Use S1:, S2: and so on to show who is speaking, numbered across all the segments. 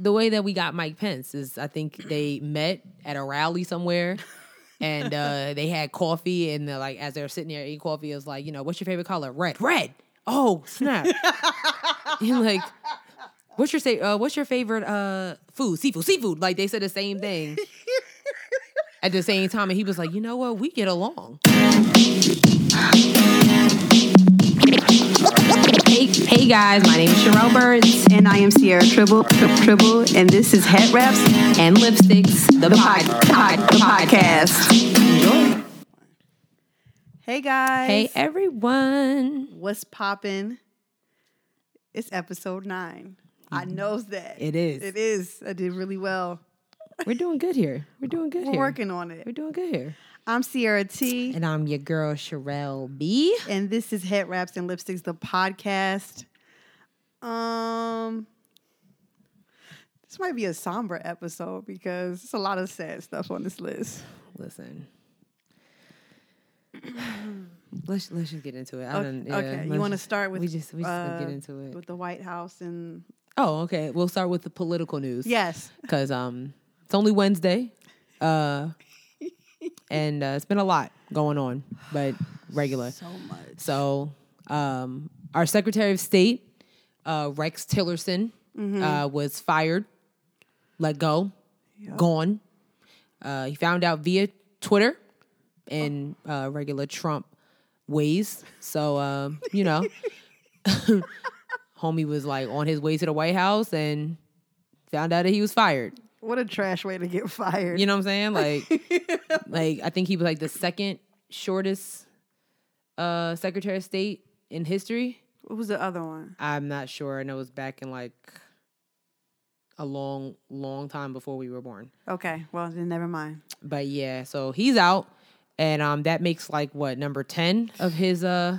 S1: the way that we got Mike Pence is I think they met at a rally somewhere and uh, they had coffee and they're like as they're sitting there eating coffee, it was like, you know, what's your favorite color? Red. Red. Oh, snap. and like what's your say uh, what's your favorite uh food? Seafood, seafood. Like they said the same thing. At the same time, and he was like, you know what, we get along. Hey, hey guys, my name is Sherelle Burns
S2: And I am Sierra Tribble, Tri- Tribble, and this is Head Wraps,
S1: and Lipsticks, the, pod, pod,
S2: the podcast. Hey guys.
S1: Hey everyone.
S2: What's poppin'? It's episode nine. I knows that.
S1: Mm-hmm. It is.
S2: It is. I did really well.
S1: We're doing good here. We're doing good
S2: We're
S1: here.
S2: working on
S1: We're
S2: it.
S1: doing good here.
S2: I'm Sierra T,
S1: And I'm your girl Sherelle B.
S2: and this is Head Wraps and Lipsticks, the podcast. Um, this might be a somber episode because it's a lot of sad stuff on this list.
S1: Listen. Let's let's just get into it. I
S2: Okay,
S1: don't, yeah,
S2: okay. you
S1: let's
S2: want to
S1: just-
S2: start with
S1: we just we just gonna get
S2: uh,
S1: into it.
S2: with the White House and
S1: Oh, okay. We'll start with the political news.
S2: yes,
S1: because um, it's only Wednesday, uh, and uh, it's been a lot going on, but regular.
S2: so much.
S1: So, um, our Secretary of State, uh, Rex Tillerson,
S2: Mm-hmm.
S1: uh, was fired, let go, gone. Uh, he found out via Twitter in
S2: Oh.
S1: uh, regular Trump ways. So, um, you know, homie was like on his way to the White House and found out that he was fired.
S2: What a trash way to get fired.
S1: You know what I'm saying? Like, like I think he was like the second shortest uh, Secretary of State in history.
S2: what was the other one?
S1: I'm not sure. I know it was back in like a long, long time before we were born.
S2: Okay, well then never mind.
S1: But yeah, so he's out, and um, that makes like what number ten of his uh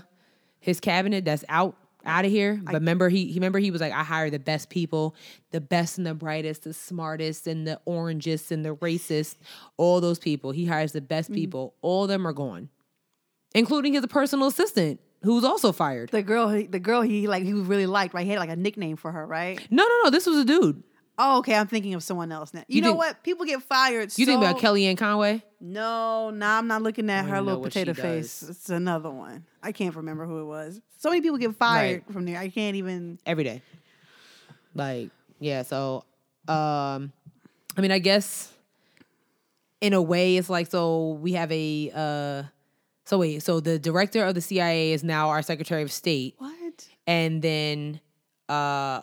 S1: his cabinet that's out out of here. But remember he he remember he was like I hire the best people, the best and the brightest, the smartest and the orangest and the racist, all those people. He hires the best
S2: Mm-hmm.
S1: people. All of them are gone, including his personal assistant who was also fired.
S2: The girl, he- the girl he like he really liked, right? He had like a nickname for her, right?
S1: No, no, no. This was a dude.
S2: Oh, okay. I'm thinking of someone else now. You,
S1: You
S2: know
S1: think-
S2: what? People get fired.
S1: You think about
S2: so-
S1: Kellyanne Conway?
S2: No, nah, I'm not looking at
S1: I
S2: her
S1: know
S2: little
S1: what she
S2: potato face.
S1: does.
S2: It's another one. I can't remember who it was. So many people get fired from there. I can't even.
S1: every day. Like, yeah, so um I mean, I guess in a way it's like so we have a uh so wait, so the director of the CIA is now our Secretary of State
S2: What?
S1: and then uh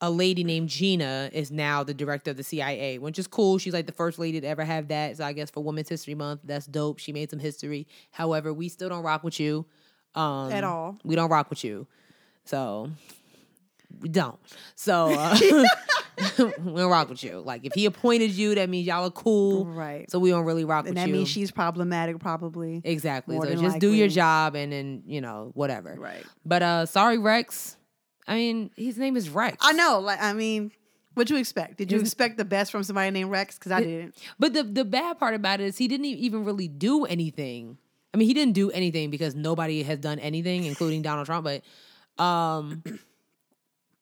S1: a lady named Gina is now the director of the CIA, which is cool. She's like the first lady to ever have that. So I guess for Women's History Month, that's dope. She made some history. However, we still don't rock with you. Um
S2: At all.
S1: We don't rock with you. So we don't. So uh, we don't rock with you. Like if he appointed you, that means y'all are cool.
S2: Right.
S1: So we don't really rock
S2: And
S1: with
S2: that
S1: you. Eh,
S2: means she's problematic, probably.
S1: Exactly.
S2: More
S1: so
S2: than
S1: just do your
S2: likely.
S1: job and then, you know, whatever.
S2: Right.
S1: But uh sorry, Rex. I mean, his name is Rex.
S2: I know. Like, I mean, what'd you expect? Did you expect the best from somebody named Rex? Because I didn't.
S1: But the the bad part about it is he didn't e- even really do anything. I mean, he didn't do anything because nobody has done anything, including Donald Trump. But um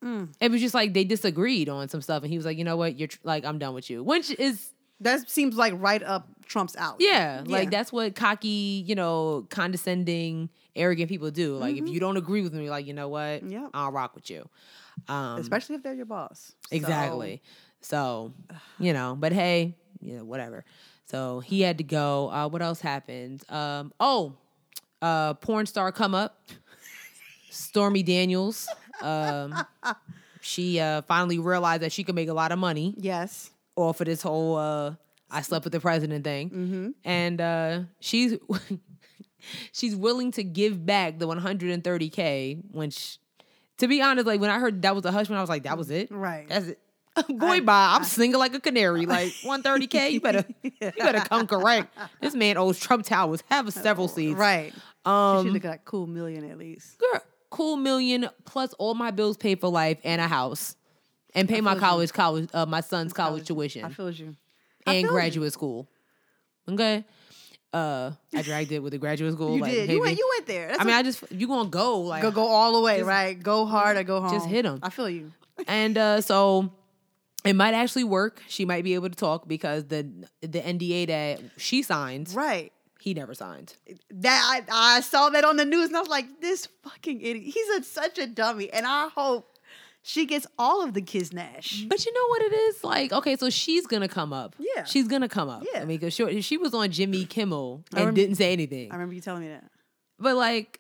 S2: Mm.
S1: it was just like they disagreed on some stuff, and he was like, "You know what? You're tr- like, I'm done with you," which is
S2: That seems like right up Trump's alley.
S1: Yeah, like
S2: Yeah.
S1: that's what cocky, you know, condescending, arrogant people do. Like if you don't agree with me, like you know what,
S2: Mm-hmm. Yep.
S1: I'll rock with you. Um,
S2: Especially if they're your boss. So,
S1: exactly. So, you know, but hey, you know, whatever. So he had to go. Uh, what else happened? Um, oh, uh, porn star come up, Stormy Daniels. Um, she uh, finally realized that she could make a lot of money
S2: yes.
S1: off of this whole uh I slept with the president thing.
S2: Mm-hmm.
S1: And uh she's she's willing to give back the 130k which to be honest like when I heard that was a hush when I was like that was it.
S2: Right.
S1: That's it. Boy bye, I'm single like a canary. Like 130k, you better you better come correct. This man owes Trump Towers have several seats.
S2: Right.
S1: Um
S2: she should look like a cool million at least.
S1: girl, cool million plus all my bills paid for life and a house. And pay my
S2: feel you.
S1: college college uh, my son's college, tuition
S2: I feel you. I feel
S1: and
S2: you.
S1: graduate school. Okay. Uh, I dragged it with the graduate school.
S2: You
S1: like,
S2: did.
S1: baby.
S2: You went. You went there. That's
S1: I mean,
S2: what-
S1: I just you gonna go like,
S2: go go all the way. right. Go hard or go home.
S1: just hit 'em.
S2: I feel you.
S1: and uh, so It might actually work. She might be able to talk because the the NDA that she signed,
S2: Right.
S1: he never signed.
S2: That I, I saw that on the news and I was like, this fucking idiot. He's a, such a dummy. And I hope she gets all of the Kiznash.
S1: But you know what it is like? Okay, so she's gonna come up.
S2: Yeah.
S1: she's gonna come up.
S2: Yeah.
S1: I mean, because she, she was on Jimmy Kimmel and
S2: remember-
S1: didn't say anything.
S2: I remember you telling me that.
S1: but like,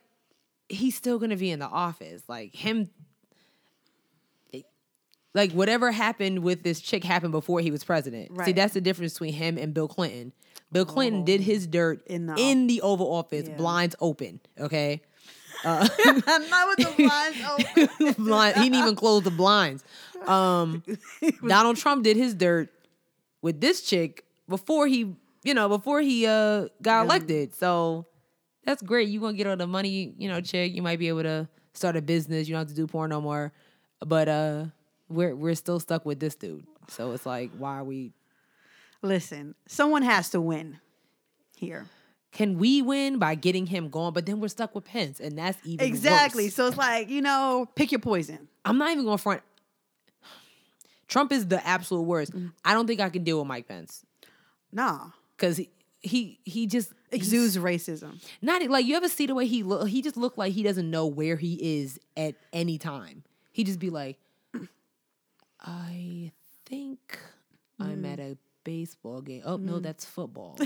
S1: he's still gonna be in the office. Like him, like whatever happened with this chick happened before he was president. See,
S2: Right.
S1: that's the difference between him and Bill Clinton. Bill Clinton
S2: Oh.
S1: did his dirt
S2: In the
S1: in the Oval Office,
S2: Yeah.
S1: blinds open. Okay.
S2: Not with the Oh blinds open.
S1: blind. He didn't even close the blinds. Um, Donald Trump did his dirt with this chick before he, you know, before he uh got elected. So that's great. You gonna get all the money, you know, chick. You might be able to start a business. You don't have to do porn no more. But uh, we're we're still stuck with this dude. So it's like, why are we?
S2: Listen, someone has to win here.
S1: Can we win by getting him gone? But then we're stuck with Pence, and that's even worse.
S2: Exactly. So it's like, you know, pick your poison.
S1: I'm not even going to front. Trump is the absolute worst.
S2: Mm.
S1: I don't think I can deal with Mike Pence
S2: Nah.
S1: because he, he he just exudes
S2: Exudes racism.
S1: not e, like you ever see the way he look. He just looked like he doesn't know where he is at any time. He just be like, I think I'm
S2: Mm.
S1: at a baseball game. Oh no, that's football.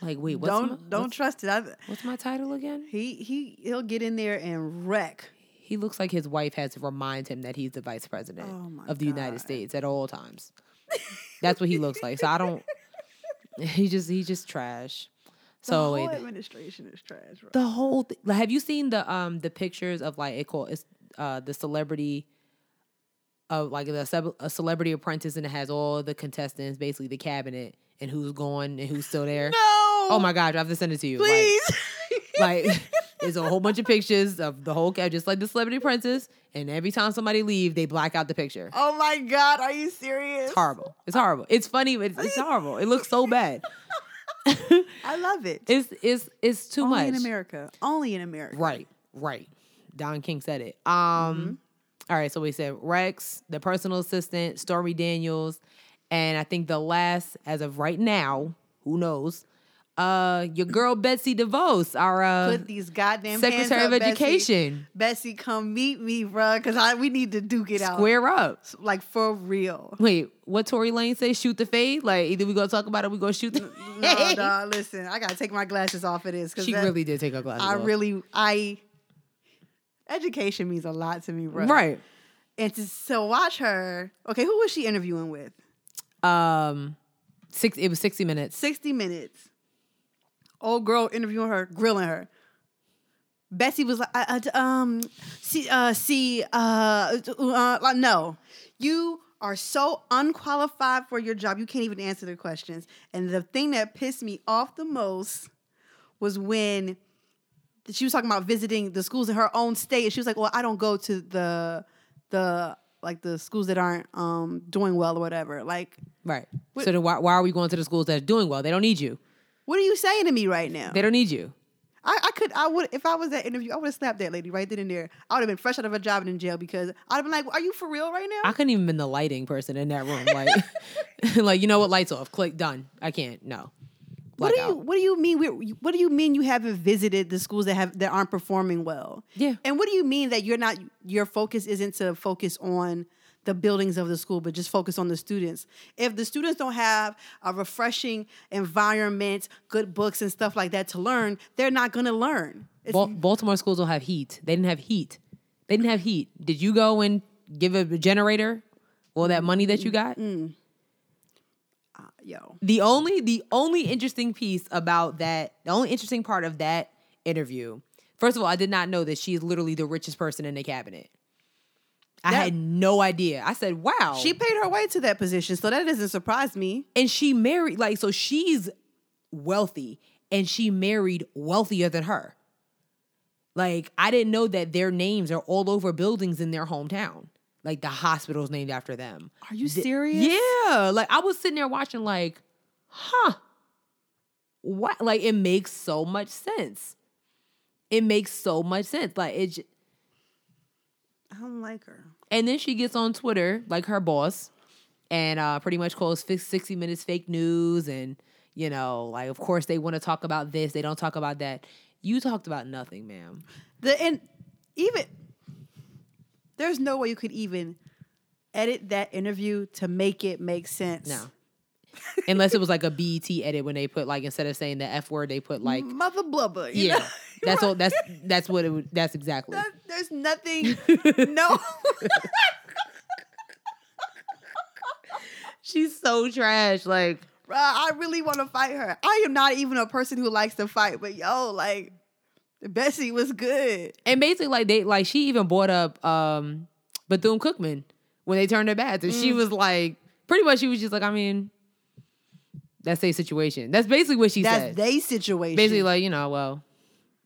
S1: like wait, what's
S2: don't
S1: my,
S2: don't
S1: what's,
S2: trust it. I,
S1: what's my title again?
S2: he he he'll get in there and wreck.
S1: He looks like his wife has to remind him that he's the vice president
S2: Oh my
S1: of the United
S2: God.
S1: States at all times. That's what he looks like. So I don't. He just he just trash.
S2: The
S1: So
S2: whole
S1: wait,
S2: administration is trash. Bro.
S1: the whole th- like, have you seen the um the pictures of like it called it's uh the celebrity of like the ceb- a celebrity apprentice and it has all the contestants basically the cabinet and who's going and who's still there.
S2: no.
S1: Oh my gosh, I have to send it to you. Like,
S2: Please.
S1: like there's a whole bunch of pictures of the whole cab, just like the Celebrity Apprentice. And every time somebody leave, they black out the picture.
S2: oh my god. Are you serious?
S1: It's horrible. It's horrible. It's funny, but it's, it's horrible. It looks so bad.
S2: I love it.
S1: It's it's it's too
S2: Only in
S1: much.
S2: America. Only in America.
S1: Right, right. Don King said it. Um,
S2: Mm-hmm.
S1: all right. So we said Rex, the personal assistant, Stormy Daniels, and I think the last, as of right now, who knows, uh, your girl Betsy DeVos, our uh,
S2: Put these goddamn
S1: Secretary of
S2: hands up, Bessie.
S1: Education.
S2: Bessie, come meet me, bruh, because I we need to duke it out.
S1: Square up.
S2: Like for real.
S1: Wait, what Tory Lane say? Shoot the fade? Like either we gonna talk about it, we gonna shoot the
S2: No, dog, listen, I gotta take my glasses off of this. 'cause
S1: She
S2: that-
S1: really did take her glasses
S2: I
S1: off.
S2: really, I education means a lot to me, bro.
S1: right.
S2: And to so watch her. Okay, who was she interviewing with?
S1: Um, six. It was sixty minutes.
S2: Sixty Minutes. Old girl interviewing her, grilling her. Bessie was like, I, I, um, see, uh, see, uh, uh, like, no, you are so unqualified for your job. You can't even answer their questions. And the thing that pissed me off the most was when she was talking about visiting the schools in her own state. And she was like, "Well, I don't go to the the like the schools that aren't um doing well or whatever." Like,
S1: Right. so then why, why are we going to the schools that's doing well? They don't need you.
S2: what are you saying to me right now?
S1: They don't need you.
S2: I, I could, I would, if I was that interview, I would have slapped that lady right then and there. I would have been fresh out of a job and in jail because I'd have been like, "Are you for real right now?"
S1: I couldn't even been the lighting person in that room. Like, like you know what? Lights off. Click done. I can't. No.
S2: what do you
S1: Blackout.
S2: What do you mean? we what do you mean you haven't visited the schools that have that aren't performing well?
S1: Yeah.
S2: And what do you mean that you're not? Your focus isn't to focus on the buildings of the school, but just focus on the students. If the students don't have a refreshing environment, good books and stuff like that to learn, they're not going to learn. It's
S1: Bal- Baltimore schools don't have heat. They didn't have heat. They didn't have heat. Did you go and give a generator? All that money that you got.
S2: yo.
S1: The only the only interesting piece about that, the only interesting part of that interview. First of all, I did not know that she is literally the richest person in the cabinet. I
S2: That-
S1: had no idea. I said, "Wow."
S2: She paid her way to that position, so that doesn't surprise me.
S1: and she married like so she's wealthy and she married wealthier than her like i didn't know that their names are all over buildings in their hometown like the hospital's named after them
S2: Are you serious?
S1: yeah like i was sitting there watching like huh what like it makes so much sense it makes so much sense like it j-
S2: I don't like her.
S1: And then she gets on Twitter, like her boss, and uh, pretty much calls fi- 60 Minutes fake news. And, you know, like, of course, they want to talk about this, they don't talk about that. You talked about nothing, ma'am.
S2: The and even there's no way you could even edit that interview to make it make sense.
S1: No. Unless it was like a BET edit when they put, like, instead of saying the F word, they put, like,
S2: mother blubber. you
S1: yeah.
S2: know?
S1: That's all. That's that's what it. would That's exactly.
S2: That- there's nothing. no.
S1: She's so trash. Like
S2: Bruh, I really want to fight her. I am not even a person who likes to fight, but yo, like Bessie was good.
S1: and basically like they like she even brought up um Bethune Cookman when they turned her back. And
S2: Mm.
S1: she was like pretty much she was just like, I mean, that's their situation. That's basically what she
S2: That's
S1: said.
S2: they situation.
S1: basically like, you know, well,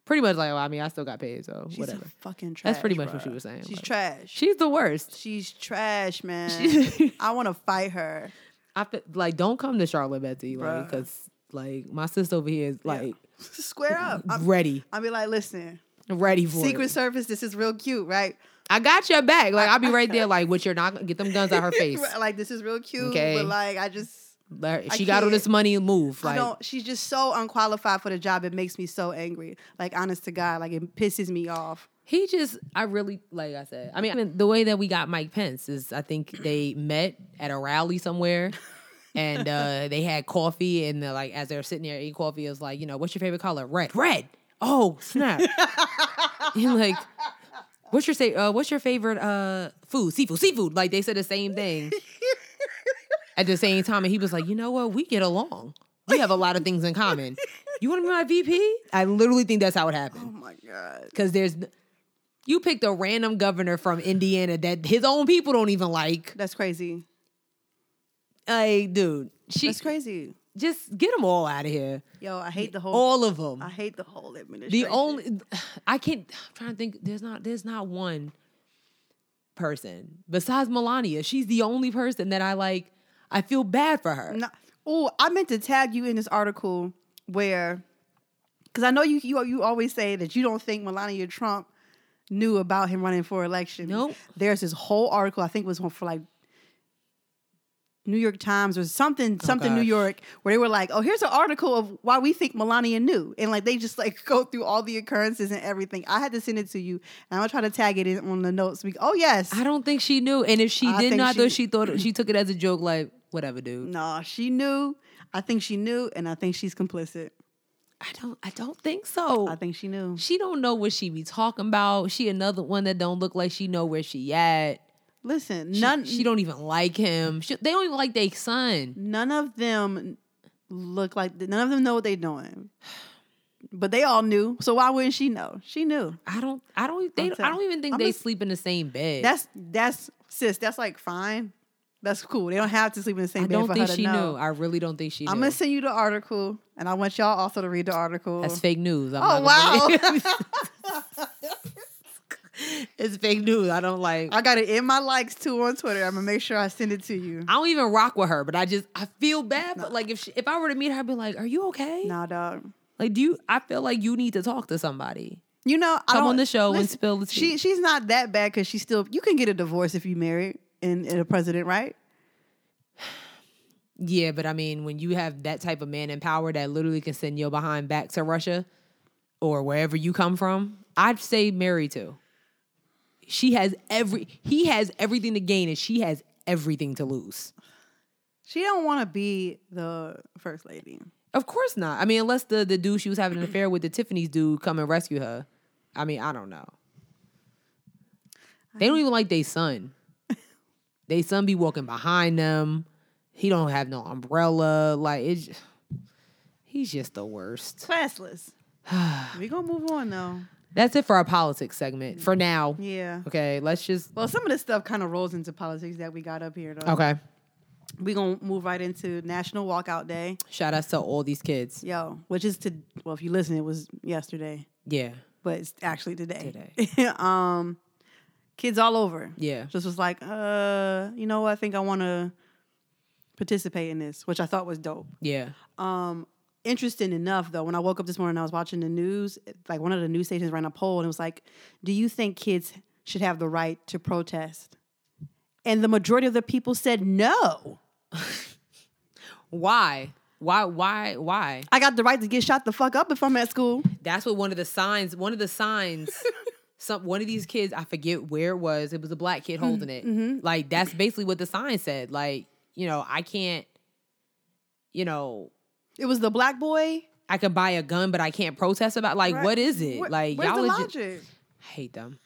S1: pretty much like, well, I mean, I still got paid, so
S2: she's
S1: whatever.
S2: a fucking trash.
S1: That's pretty much what
S2: bruh.
S1: she was saying,
S2: She's
S1: like-
S2: trash.
S1: She's the worst.
S2: She's trash, man.
S1: She-
S2: I want to fight her.
S1: I feel, like don't come to Charlotte Betsy, like
S2: Bruh.
S1: because like my sister over here is like
S2: Square up. I'm,
S1: ready,
S2: I'll be like, listen,
S1: ready for
S2: Secret
S1: it.
S2: Service, this is real cute, right?
S1: I got your back. Like I'll be right there. Like with your knock, get them guns out her face.
S2: like, this is real cute,
S1: Okay.
S2: but like, I just,
S1: Like,
S2: I
S1: she got all
S2: can't-
S1: this money. Move.
S2: I
S1: Like
S2: don't, she's just so unqualified for the job. It makes me so angry. Like, honest to God, like, it pisses me off.
S1: He just, I really, like I said, I mean, even the way that we got Mike Pence is I think they met at a rally somewhere and uh, they had coffee. And they're like, as they're sitting there eating coffee, it was like, you know, what's your favorite color? Red. Red. Oh, snap. You're like, what's your, say, uh, what's your favorite uh, food? Seafood. Seafood. Like they said the same thing at the same time. And he was like, you know what? We get along. We have a lot of things in common. You want to be my VP? I literally think that's how it happened.
S2: Oh my God.
S1: Because there's, n- you picked a random governor from Indiana that his own people don't even like.
S2: That's crazy.
S1: Like, dude, she
S2: That's crazy.
S1: just get them all out of here.
S2: Yo, I hate the whole,
S1: All of them.
S2: I hate the whole administration.
S1: Oh. the only, I can't. I'm trying to think. There's not. There's not one person besides Melania. She's the only person that I like. I feel bad for her.
S2: No, oh, I meant to tag you in this article where, because I know you, you you always say that you don't think Melania Trump knew about him running for election.
S1: Nope.
S2: There's this whole article I think it was one for like New York Times or something something New
S1: Oh, gosh.
S2: York where they were like, oh, here's an article of why we think Melania knew, and like they just like go through all the occurrences and everything. I had to send it to you, and I'm gonna try to tag it in on the notes. We, oh yes,
S1: I don't think she knew. And if she
S2: I
S1: did
S2: think
S1: not, though,
S2: she-
S1: she thought she took it as a joke. Like, whatever, dude.
S2: nah, she knew. I think she knew, and I think she's complicit.
S1: I don't. I don't think so.
S2: I think she knew.
S1: She don't know what she be talking about. She another one that don't look like she know where she at.
S2: Listen,
S1: She,
S2: none
S1: She don't even like him. She, they don't even like their son.
S2: none of them look like none of them know what they're doing. But they all knew, so why wouldn't she know? She knew.
S1: I don't. I don't. They.
S2: I'm
S1: don't- I
S2: telling-
S1: don't even think
S2: I'm
S1: they
S2: just-
S1: sleep in the same bed.
S2: That's that's sis. That's like fine. That's cool. They don't have to sleep in the same
S1: I
S2: bed
S1: don't
S2: for
S1: think
S2: her to
S1: she
S2: know.
S1: knew. I really don't think she
S2: I'm
S1: knew.
S2: gonna send you the article, and I want y'all also to read the article.
S1: That's fake news. I'm
S2: oh
S1: not gonna
S2: wow!
S1: believe- it's fake news. I don't like. I,
S2: I got it in my likes too on Twitter. I'm gonna make sure I send it to you.
S1: don't even rock with her, but I just I feel bad. But like if she, if I were to meet her, I'd be like, "Are you okay?
S2: Nah, dog.
S1: Like, do you? I feel like you need to talk to somebody."
S2: You know, I
S1: Come on
S2: don't-
S1: the show and spill the tea.
S2: She she's not that bad because she's still. You can get a divorce if you married and, and a president, right?
S1: Yeah, but I mean, when you have that type of man in power that literally can send your behind back to Russia or wherever you come from, I'd say marry to. She has every he has everything to gain and she has everything to lose.
S2: She don't want to be the first lady.
S1: Of course not. I mean, unless the the dude she was having an affair with, the Tiffany's dude, come and rescue her. I mean, I don't know. They don't even like their son. they son be walking behind them. He don't have no umbrella. Like it's, he's just the worst.
S2: Classless. we gonna move on though.
S1: That's it for our politics segment for now.
S2: Yeah.
S1: Okay, let's just
S2: Well, some of this stuff kind of rolls into politics that we got up here though.
S1: okay.
S2: We gonna move right into National Walkout Day,
S1: Shout outs to all these kids.
S2: yo, which is to well, if you listen, it was yesterday,
S1: Yeah,
S2: but it's actually today. um, kids all over.
S1: yeah.
S2: just was like, uh, you know, what? I think I want to participate in this, which I thought was dope.
S1: Yeah.
S2: Um, interesting enough, though, when I woke up this morning, I was watching the news. Like one of the news stations ran a poll, and it was like, "Do you think kids should have the right to protest. And the majority of the people said no.
S1: Why? Why? Why? Why?
S2: I got the right to get shot the fuck up if I'm at school.
S1: That's what one of the signs. One of the signs. some one of these kids. I forget where it was. It was a black kid
S2: Hmm,
S1: holding it.
S2: mm-hmm.
S1: Like that's basically what the sign said. Like you know, I can't. You know,
S2: It was the black boy.
S1: I can buy a gun, but I can't protest about. Like, what is it?
S2: Where-
S1: like,
S2: where's
S1: y'all
S2: the
S1: is ju-
S2: logic?
S1: I hate them.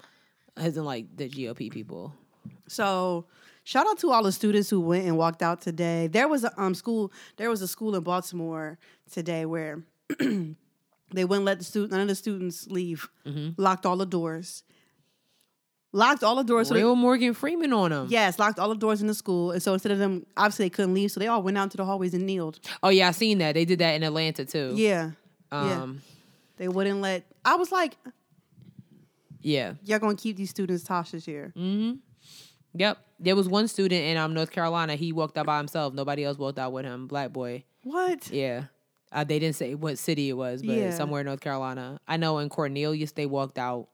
S1: As in, like the GOP people.
S2: So shout out to all the students who went and walked out today. There was a um, school. There was a school in Baltimore today where they wouldn't let the student none of the students leave.
S1: Mm-hmm.
S2: Locked all the doors. Locked all the doors. So they-
S1: Real Morgan Freeman on them.
S2: yes, locked all the doors in the school. And so instead of them, obviously they couldn't leave. So they all went out into the hallways and kneeled.
S1: Oh yeah, I seen that. They did that in Atlanta too.
S2: Yeah,
S1: Um.
S2: they wouldn't let. I was like,
S1: Yeah. Mm-hmm.
S2: y'all gonna keep these students Tasha's here.
S1: Mm. Yep. There was one student in um North Carolina. He walked out by himself. Nobody else walked out with him. Black boy.
S2: What?
S1: Yeah. Uh, they didn't say what city it was, but
S2: Yeah.
S1: somewhere in North Carolina. I know in Cornelius they walked out.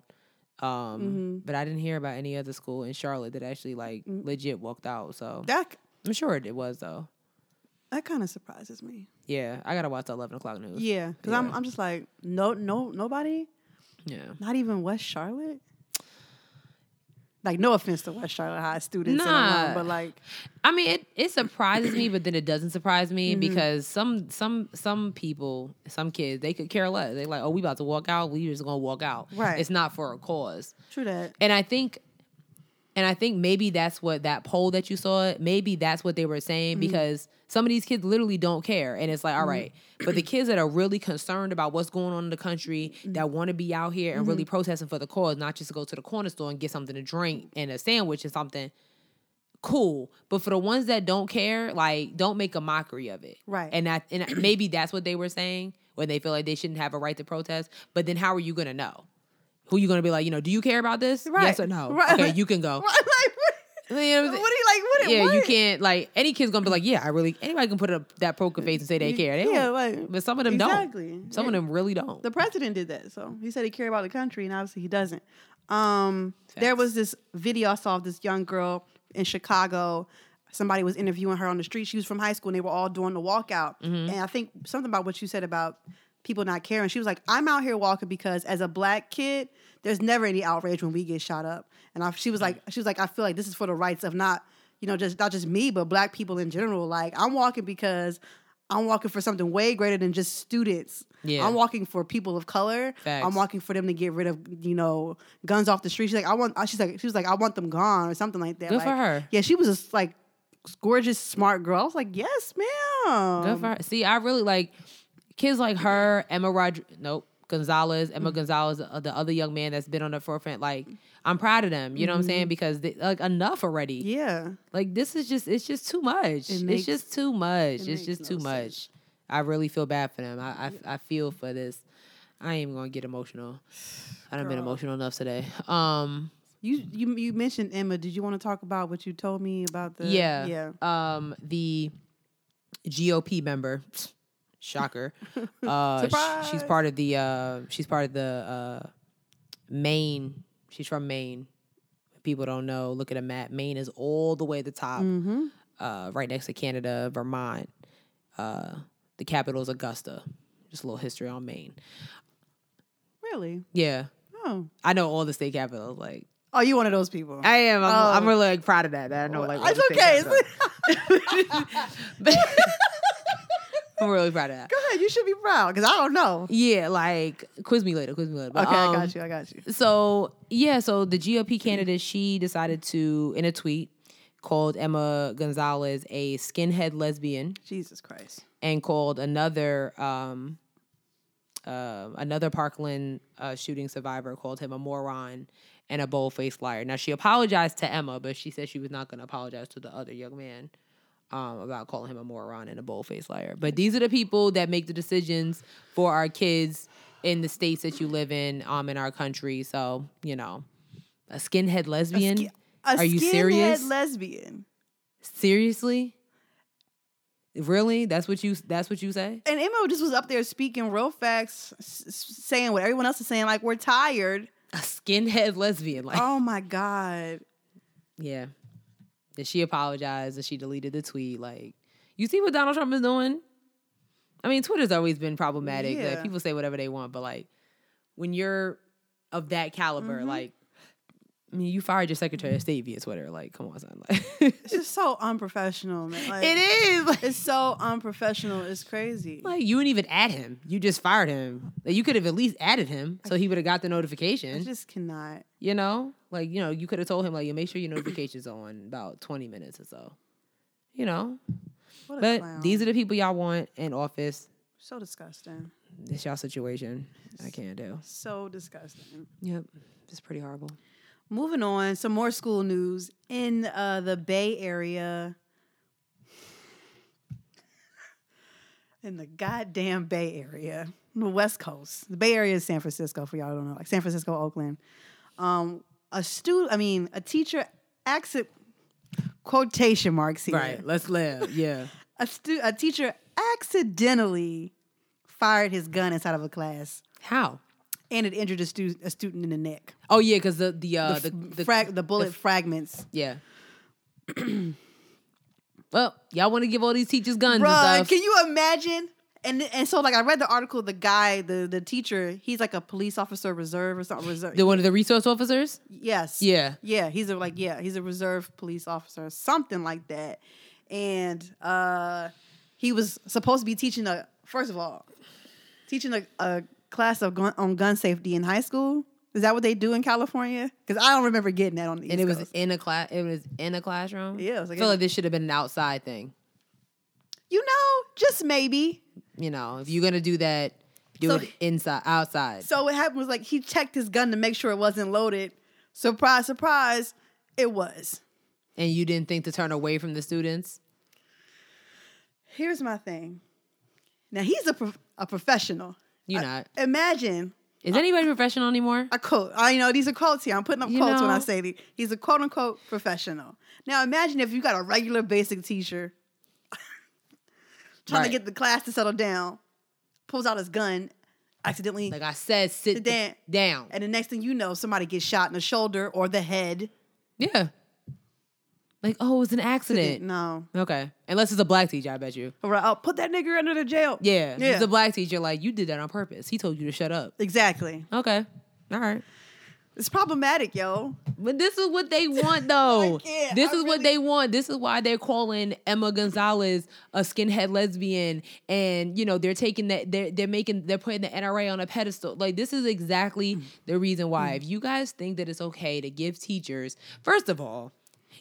S1: Um,
S2: Mm-hmm.
S1: but I didn't hear about any other school in Charlotte that actually like legit walked out. So
S2: Mm. That
S1: I'm sure it was though.
S2: that kind of surprises me.
S1: Yeah, I gotta watch the eleven o'clock news.
S2: Yeah, because I'm
S1: Yeah.
S2: I'm just like no no nobody.
S1: yeah.
S2: Not even West Charlotte. Like no offense to West Charlotte High students, and
S1: Nah.
S2: alum, but like
S1: I mean, it, it surprises me, but then it doesn't surprise me
S2: Mm-hmm.
S1: because some some some people, some kids, they could care less. They like, oh, we about to walk out. We just gonna walk out.
S2: Right.
S1: It's not for a cause.
S2: true that.
S1: And I think, and I think maybe that's what that poll that you saw. Maybe that's what they were saying because some of these kids literally don't care, and it's like, all right. But the kids that are really concerned about what's going on in the country, that want to be out here and really protesting for the cause, not just to go to the corner store and get something to drink and a sandwich and something cool. But for the ones that don't care, like don't make a mockery of it.
S2: Right.
S1: And that and maybe that's what they were saying when they feel like they shouldn't have a right to protest. But then how are you gonna know? Who you gonna be like, you know, do you care about this? Yes
S2: Right.
S1: or no?
S2: Right.
S1: Okay, you can go.
S2: What, like
S1: You
S2: what?
S1: know what I'm
S2: What are
S1: saying?
S2: you like? What?
S1: Oh. yeah,
S2: what?
S1: you can't like any kid's gonna be like, yeah, I really anybody can put up that poker face and say they care. They
S2: yeah,
S1: don't.
S2: like,
S1: but some of them
S2: exactly.
S1: don't. Some of them really don't.
S2: The president did that, so he said he cared about the country, and obviously he doesn't. Um, there was this video I saw of this young girl in Chicago. Somebody was interviewing her on the street. She was from high school, and they were all doing the walkout.
S1: Mm-hmm.
S2: And I think something about what you said about people not caring. She was like, "I'm out here walking because as a black kid, there's never any outrage when we get shot up." And I, she was like, "She was like, I feel like this is for the rights of not, you know, just not just me, but black people in general. Like, I'm walking because." I'm walking for something way greater than just students.
S1: Yeah.
S2: I'm walking for people of color.
S1: Facts.
S2: I'm walking for them to get rid of, you know, guns off the street. She's like, I want. uh, She's like, she was like, I want them gone or something like that.
S1: Good
S2: Like,
S1: for her.
S2: Yeah, she was just like gorgeous, smart girl. I was like, yes, ma'am.
S1: Good for her. See, I really like kids like her, Emma Rodriguez, nope, Gonzalez, Emma
S2: Mm-hmm.
S1: Gonzalez, uh, the other young man that's been on the forefront. Like, I'm proud of them. You know what I'm
S2: Mm-hmm.
S1: saying? Because they, like enough already.
S2: Yeah,
S1: Like this is just it's just too much.
S2: makes-
S1: it's just too much.
S2: it
S1: It's just
S2: makes
S1: too
S2: no
S1: much. I really feel bad for them. I I, I feel for this. I ain't even gonna get emotional. I done been
S2: Girl.
S1: emotional enough today. Um
S2: you you you mentioned Emma. Did you want to talk about what you told me about the?
S1: yeah.
S2: yeah.
S1: Um the GOP member. Shocker. Uh sh- she's
S2: Surprise.
S1: part of the uh she's part of the uh Maine. She's from Maine. People don't know. Look at a map. Maine is all the way at the top.
S2: Mm-hmm.
S1: uh, right next to Canada, Vermont. Uh, the capital is Augusta. Just a little history on Maine.
S2: Really?
S1: Yeah,
S2: Oh.
S1: I know all the state capitals. Like
S2: Oh, you one of those people.
S1: I am, I'm,
S2: Oh.
S1: I'm really like proud of that. that I know like all
S2: it's
S1: the state
S2: okay.
S1: capitals.
S2: It's-
S1: I'm really proud of that.
S2: Go ahead. You should be proud because I don't know.
S1: Yeah, like quiz me later. Quiz me later. But,
S2: Okay, I
S1: um,
S2: got you. I got you.
S1: So yeah, so the GOP candidate she decided to in a tweet called Emma Gonzalez a skinhead lesbian.
S2: Jesus Christ.
S1: and called another um, uh, another Parkland uh, shooting survivor called him a moron and a bold-faced liar. Now she apologized to Emma, but she said she was not going to apologize to the other young man um, about calling him a moron and a bold-faced liar. But these are the people that make the decisions for our kids in the states that you live in, um, in our country. So you know, a skinhead lesbian.
S2: Ski-
S1: are you
S2: skinhead
S1: serious?
S2: Lesbian.
S1: Seriously. Really? That's what you that's what you say?
S2: and Emma just was up there speaking real facts, s- s- saying what everyone else is saying. Like we're tired.
S1: a skinhead lesbian. Like,
S2: Oh my god.
S1: yeah. That she apologized and she deleted the tweet. Like, you see what Donald Trump is doing? I mean, Twitter's always been problematic.
S2: Yeah.
S1: Like, people say whatever they want, but like, when you're of that caliber,
S2: Mm-hmm.
S1: like, I mean, you fired your Secretary of State via Twitter. Like, come on, son. Like,
S2: It's just so unprofessional, man. Like,
S1: it is. Like,
S2: It's so unprofessional. It's crazy.
S1: like, you didn't even add him. You just fired him. Like, you could have at least added him so he would have got the
S2: I
S1: notification.
S2: just cannot.
S1: You know, like you know, you could have told him like, you make sure your notifications on in about twenty minutes or so. You know,
S2: What a
S1: but
S2: clown.
S1: these are the people y'all want in office.
S2: so disgusting.
S1: This y'all situation. I can't do.
S2: So disgusting.
S1: Yep, it's pretty horrible.
S2: Moving on, some more school news in uh, the Bay Area. In the goddamn Bay Area, the West Coast. The Bay Area is San Francisco, for y'all who don't know, like San Francisco, Oakland. Um, a student, I mean, a teacher, accent quotation marks here.
S1: let's live. Yeah,
S2: A, stu- a teacher accidentally fired his gun inside of a class,
S1: how?
S2: and it injured a, stu- a student in the neck.
S1: Oh yeah, because the the uh,
S2: the,
S1: the,
S2: f-
S1: the
S2: frag- the bullet fragments.
S1: yeah. well, y'all want to give all these teachers guns
S2: Bruh,
S1: and stuff.
S2: can you imagine? And and so like I read the article, the guy, the the teacher, he's like a police officer reserve or something. Reserve.
S1: the one of the resource officers.
S2: yes.
S1: Yeah.
S2: Yeah. He's a like yeah, he's a reserve police officer, something like that. And uh he was supposed to be teaching a first of all, teaching a, a class of gun, on gun safety in high school. Is that what they do in California? Because I don't remember getting that on the East
S1: And it was
S2: Coast.
S1: in a class. It was in a classroom.
S2: Yeah, it
S1: I
S2: was like
S1: feel
S2: in-
S1: like this should have been an outside thing.
S2: you know, just maybe.
S1: you know, if you're gonna do that, do
S2: So-
S1: it inside, outside.
S2: So what happened was like he checked his gun to make sure it wasn't loaded. Surprise, surprise, it was.
S1: and you didn't think to turn away from the students.
S2: Here's my thing. Now he's a prof- a professional.
S1: You're
S2: I-
S1: not.
S2: Imagine
S1: Is anybody professional anymore?
S2: a quote. I you know these are quotes here. I'm putting up
S1: You
S2: quotes when I
S1: know-
S2: say these. He's a quote unquote professional. Now imagine if you got a regular basic teacher trying
S1: Right.
S2: to get the class to settle down, pulls out his gun accidentally,
S1: Like I said, sit
S2: Sit
S1: the-
S2: down.
S1: down.
S2: and the next thing you know, somebody gets shot in the shoulder or the head.
S1: Yeah. Like oh, it was an accident.
S2: No.
S1: Okay, unless it's a black teacher, I bet you.
S2: Or I'll oh, put that nigger under the jail.
S1: Yeah, if
S2: Yeah.
S1: it's a black teacher. Like you did that on purpose. He told you to shut up.
S2: Exactly.
S1: Okay, all right.
S2: It's problematic, yo.
S1: But this is what they want, though.
S2: can't.
S1: this
S2: I
S1: is what
S2: really-
S1: they want. This is why they're calling Emma Gonzalez a skinhead lesbian, and you know they're taking that they're they're making they're putting the NRA on a pedestal. Like this is
S2: Hmm.
S1: exactly the reason why. If you guys think that it's okay to give teachers, first of all,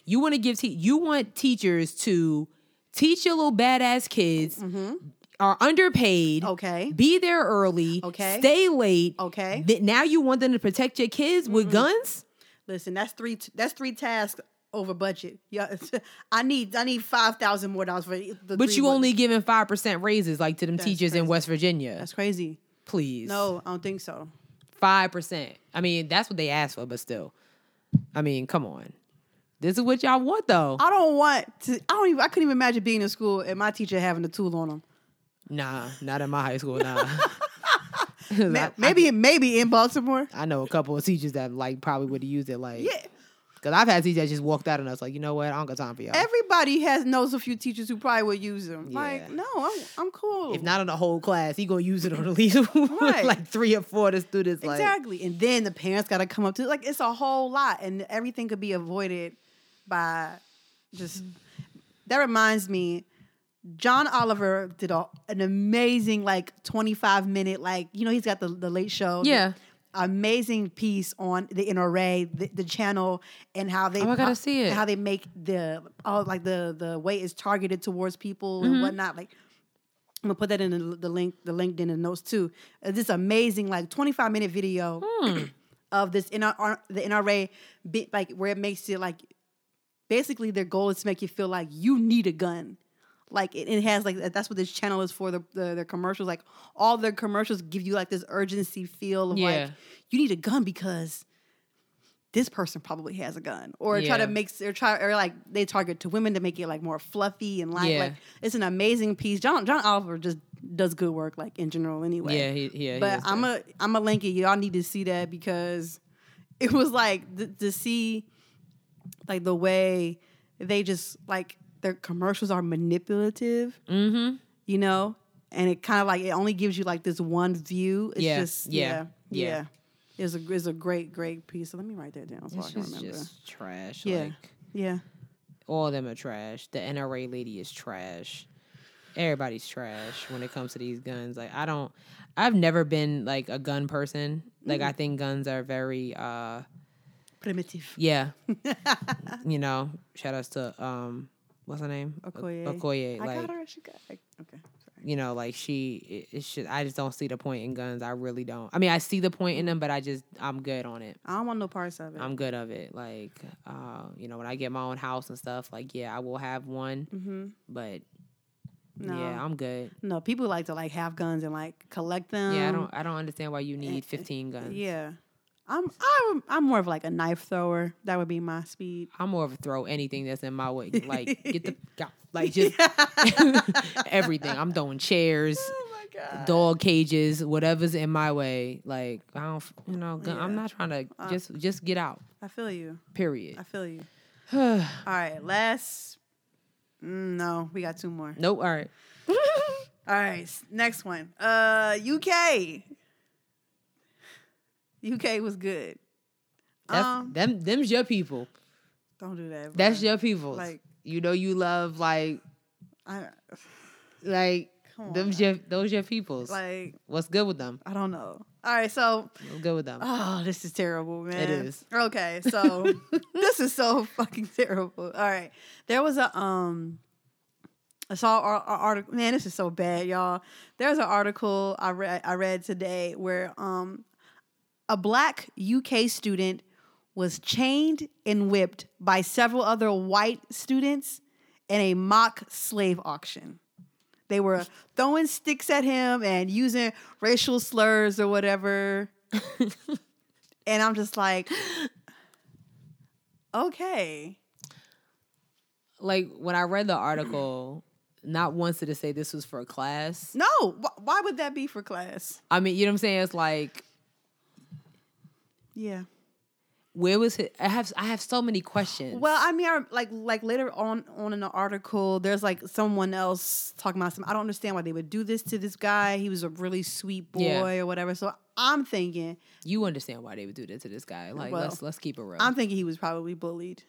S1: you want to give te- you want teachers to teach your little badass kids are underpaid.
S2: Mm-hmm. Okay.
S1: Be there early.
S2: Okay.
S1: Stay late.
S2: Okay. Mm-hmm.
S1: Th- now you want them to protect your kids with guns?
S2: Listen, that's three. That's three tasks over budget. Yeah, I need I need five thousand more dollars for the.
S1: But
S2: three
S1: you
S2: ones.
S1: only giving five percent raises like to them teachers in
S2: crazy.
S1: West Virginia.
S2: That's crazy.
S1: Please,
S2: No, I don't think so.
S1: five percent. I mean, that's what they asked for, but still, I mean, come on. This is what y'all want, though.
S2: I don't want to. I don't even. I couldn't even imagine being in school and my teacher having a tool on him.
S1: nah, not in my high school. Nah.
S2: Ma-
S1: I,
S2: maybe maybe in Baltimore.
S1: I know a couple of teachers that like probably would have used it, like,
S2: Yeah.
S1: Because I've had teachers that just walked out on us, like, you know what? I don't got time for y'all.
S2: Everybody has knows a few teachers who probably would use them. Like,
S1: Yeah.
S2: no, I'm, I'm cool.
S1: if not on the whole class, he gonna use it on at least
S2: Right.
S1: like three or four of the students. Like,
S2: Exactly. and then the parents got to come up to like it's a whole lot and everything could be avoided by just
S1: Mm-hmm.
S2: that reminds me John Oliver did a, an amazing like 25 minute like you know he's got the the late show.
S1: Yeah.
S2: Amazing piece on the NRA, the, the channel, and how they
S1: Oh, I gotta
S2: pro-
S1: see it.
S2: How they make the oh, like the the way is targeted towards people
S1: Mm-hmm.
S2: and whatnot. Like I'm gonna put that in the, the link, the LinkedIn in the notes too. Uh, This amazing like 25 minute video
S1: Hmm.
S2: of this NR, the NRA bit like where it makes it like basically their goal is to make you feel like you need a gun. Like it, it has like that's what this channel is for the, the their commercials. Like all their commercials give you like this urgency feel of like
S1: Yeah.
S2: you need a gun because this person probably has a gun or try
S1: Yeah.
S2: to make or try or like they target to women to make it like more fluffy and light.
S1: Yeah.
S2: Like it's an amazing piece. John John Oliver just does good work like in general anyway.
S1: yeah, he, yeah. he
S2: but
S1: is
S2: I'm
S1: good.
S2: a I'm a link it. Y'all need to see that because it was like th- to see like the way they just like their commercials are manipulative
S1: Mm-hmm.
S2: you know and it kind of like it only gives you like this one view it's
S1: Yeah,
S2: just yeah
S1: yeah,
S2: yeah,
S1: yeah.
S2: It's a it's a great great piece. Let me write that down so I
S1: It's
S2: can
S1: just,
S2: remember.
S1: just trash.
S2: Yeah.
S1: Like
S2: yeah,
S1: all of them are trash. The NRA lady is trash. Everybody's trash when it comes to these guns. Like I don't I've never been like a gun person. Like
S2: Mm.
S1: I think guns are very uh
S2: primitive.
S1: yeah. you know, shout outs to um what's her name? O-
S2: Okoye.
S1: Okoye.
S2: I
S1: Like
S2: got her. She got like, okay. Sorry.
S1: you know, like she it, it's just I just don't see the point in guns. I really don't. I mean I see the point in them, but I just I'm good on it.
S2: I don't want no parts of it.
S1: I'm good of it. Like, uh, you know, when I get my own house and stuff, like, yeah, I will have one,
S2: mm-hmm.
S1: but
S2: No,
S1: yeah, I'm good.
S2: no. People like to like have guns and like collect them.
S1: yeah, I don't, I don't understand why you
S2: eh, eh,
S1: need 15 guns.
S2: Yeah, I'm I'm I'm more of like a knife thrower. That would be my speed.
S1: I'm more of a throw anything that's in my way. Like, get the, go- like, just Oh everything. I'm throwing chairs,
S2: oh my god.
S1: dog cages, whatever's in my way. Like, I don't, f- you know, gun, I'm
S2: Yeah.
S1: not trying to
S2: Uh,
S1: just, just get out.
S2: I feel you.
S1: Period.
S2: I feel you.
S1: nope.
S2: All right, last. Mm, No, we got two more.
S1: All right.
S2: All right, s- next one. Uh, UK. UK was good.
S1: That's,
S2: um,
S1: them, them's your people.
S2: don't do that.
S1: That's
S2: bruh.
S1: your people.
S2: like-
S1: you know, you love like,
S2: I,
S1: like
S2: come on.
S1: them's
S2: bruh.
S1: your those your peoples.
S2: like
S1: What's good with them?
S2: I don't know. All right, so
S1: What's good with them?
S2: oh, this is terrible, man.
S1: is.
S2: Okay, so this is so fucking terrible. All right, there was a um. I saw an article. Man, this is so bad, y'all. There's an article I read. I read today where um, a black UK student was chained and whipped by several other white students in a mock slave auction. They were throwing sticks at him and using racial slurs or whatever. and I'm just like, okay.
S1: like when I read the article, not once did it say this was for a class.
S2: No, wh- why would that be for class?
S1: I mean, you know what I'm saying? It's like
S2: Yeah.
S1: where was it? I have I have so many questions.
S2: Well, I mean, I, like like later on on in the article, there's like someone else talking about some. I don't understand why they would do this to this guy. He was a really sweet boy
S1: Yeah.
S2: or whatever. So I'm thinking,
S1: you understand why they would do that to this guy? Like
S2: Well,
S1: let's let's keep it real.
S2: I'm thinking he was probably bullied,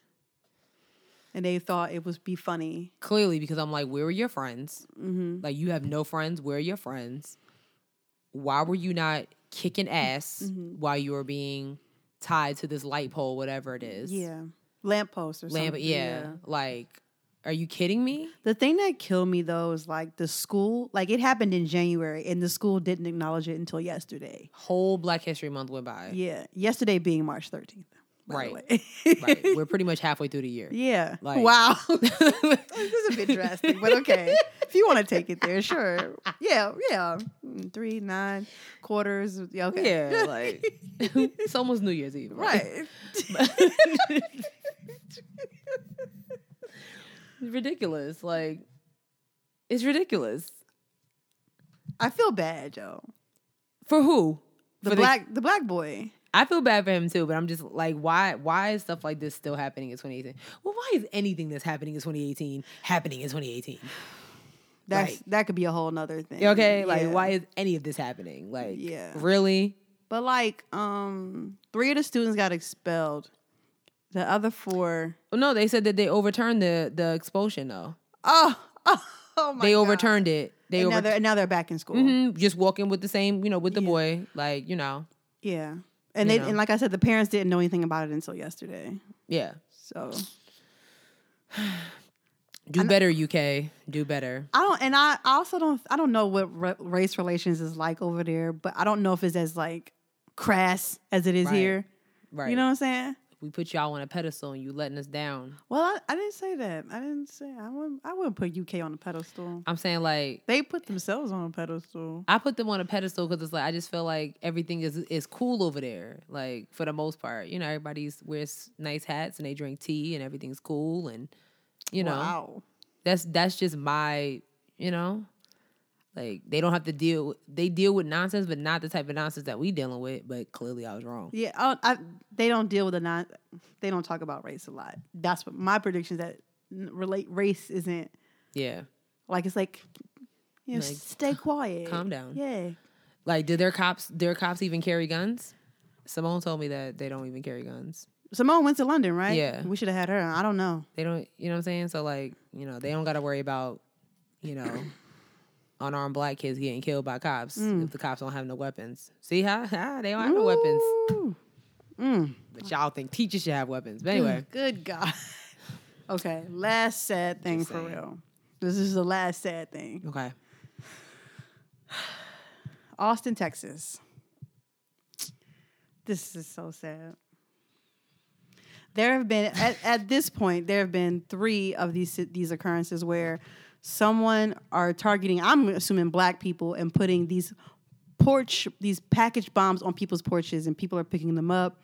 S2: and they thought it would be funny.
S1: Clearly, because I'm like, where are your friends?
S2: Mm-hmm.
S1: Like you have no friends. Where are your friends? Why were you not kicking ass
S2: Mhm.
S1: while you were being tied to this light pole, whatever it is?
S2: Yeah, lamppost or
S1: Lamb,
S2: something.
S1: yeah. Like, are you kidding me?
S2: The thing that killed me though is like the school, like it happened in January and the school didn't acknowledge it until yesterday.
S1: Whole Black History Month went by.
S2: Yeah. Yesterday being March 13th. by the
S1: Right.
S2: way.
S1: Right. We're pretty much halfway through the year. Oh,
S2: yeah.
S1: Like-
S2: wow. this is a bit drastic, but okay. If you want to take it there, sure. Yeah. Yeah. Mm, Three, nine, quarters. Yeah. Okay.
S1: Yeah, like it's almost New Year's Eve.
S2: right.
S1: ridiculous. Like it's ridiculous.
S2: I feel bad, Joe.
S1: For who?
S2: The
S1: For the-
S2: black the black boy.
S1: I feel bad for him too, but I'm just like, why? Why is stuff like this still happening in 2018? Well, why is anything that's happening in 2018 happening in 2018?
S2: That's
S1: Right.
S2: that could be a whole nother thing.
S1: Okay, like
S2: Yeah.
S1: why is any of this happening? Like,
S2: Yeah.
S1: really?
S2: But like, um, three of the students got expelled. The other four,
S1: No, they said that they overturned the the expulsion though.
S2: oh, oh, oh my!
S1: they
S2: God.
S1: overturned it. They
S2: and, now
S1: overturned.
S2: they're, now they're back in school.
S1: Mhm, just walking with the same, you know, with the
S2: Yeah.
S1: boy, like you know,
S2: Yeah, and
S1: You
S2: they
S1: know.
S2: and like I said, the parents didn't know anything about it until yesterday.
S1: yeah.
S2: So
S1: Do
S2: I know-
S1: better, UK. Do better.
S2: I don't, and I I also don't, I don't know what ra race relations is like over there, but I don't know if it's as like crass as it is
S1: Right,
S2: here.
S1: Right.
S2: You know what I'm saying?
S1: we put y'all on a pedestal and you letting us down.
S2: Well, I, I didn't say that. I didn't say I wouldn't. I wouldn't put UK on a pedestal.
S1: I'm saying like
S2: They put themselves on a pedestal.
S1: I put them on a pedestal because it's like I just feel like everything is is cool over there. Like for the most part, you know, everybody's wears nice hats and they drink tea and everything's cool and you know
S2: wow.
S1: that's that's just my you know Like they don't have to deal. They deal with nonsense, but not the type of nonsense that we dealing with. But clearly, I was wrong.
S2: Yeah, I, I, they don't deal with the non. They don't talk about race a lot. That's what my prediction is that n- relate race isn't
S1: Yeah.
S2: like it's like you know
S1: Like,
S2: stay quiet,
S1: calm down.
S2: Yeah,
S1: Like, do their cops? Their cops even carry guns? Simone told me that they don't even carry guns.
S2: Simone went to London, right?
S1: Yeah.
S2: we should have had her. I don't know.
S1: They don't. You know what I'm saying? So like, you know, they don't got to worry about, you know, unarmed black kids getting killed by cops
S2: Hmm.
S1: if the cops don't have no weapons. See how how they don't have no weapons.
S2: Ooh. Mm.
S1: But y'all think teachers should have weapons. But anyway,
S2: Good God. okay, last sad thing
S1: Just
S2: for
S1: saying.
S2: real. This is the last sad thing.
S1: okay.
S2: Austin, Texas. This is so sad. There have been at, at this point there have been three of these these occurrences where someone are targeting I'm assuming black people and putting these porch these package bombs on people's porches and people are picking them up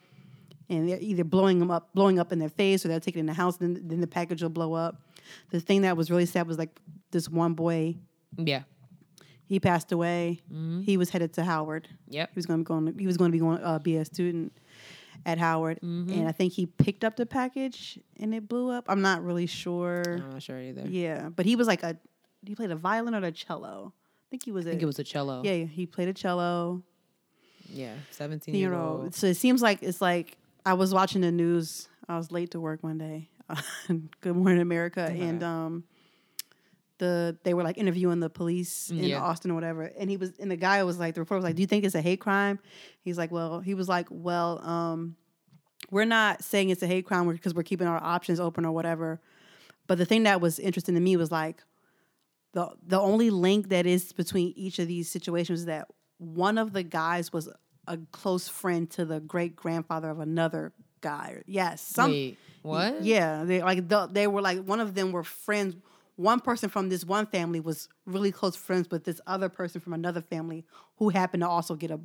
S2: and they're either blowing them up blowing up in their face or they're taking it in the house then then the package will blow up. The thing that was really sad was like this one boy
S1: Yeah.
S2: he passed away. He was headed to Howard.
S1: Yep.
S2: He was going to go. on- He was going to be going uh, be a student at Howard,
S1: Mm-hmm.
S2: and I think he picked up the package and it blew up. I'm not really sure.
S1: I'm not sure either.
S2: Yeah, but he was like a. He played a violin or a cello. I think he was.
S1: I think it was a cello.
S2: Yeah, he played a cello.
S1: Yeah. Seventeen
S2: You
S1: year
S2: know,
S1: old.
S2: so it seems like it's like I was watching the news. I was late to work one day. Good Morning America, and um, the they were like interviewing the police in
S1: Yeah.
S2: Austin or whatever, and he was and the guy was like the reporter was like, "Do you think it's a hate crime?" He's like, "Well," he was like, "Well, um, we're not saying it's a hate crime because we're keeping our options open or whatever." But the thing that was interesting to me was like the the only link that is between each of these situations is that one of the guys was a close friend to the great grandfather of another guy. Yes, some
S1: Wait. What?
S2: yeah, they like the, they were like one of them were friends. One person from this one family was really close friends with this other person from another family who happened to also get a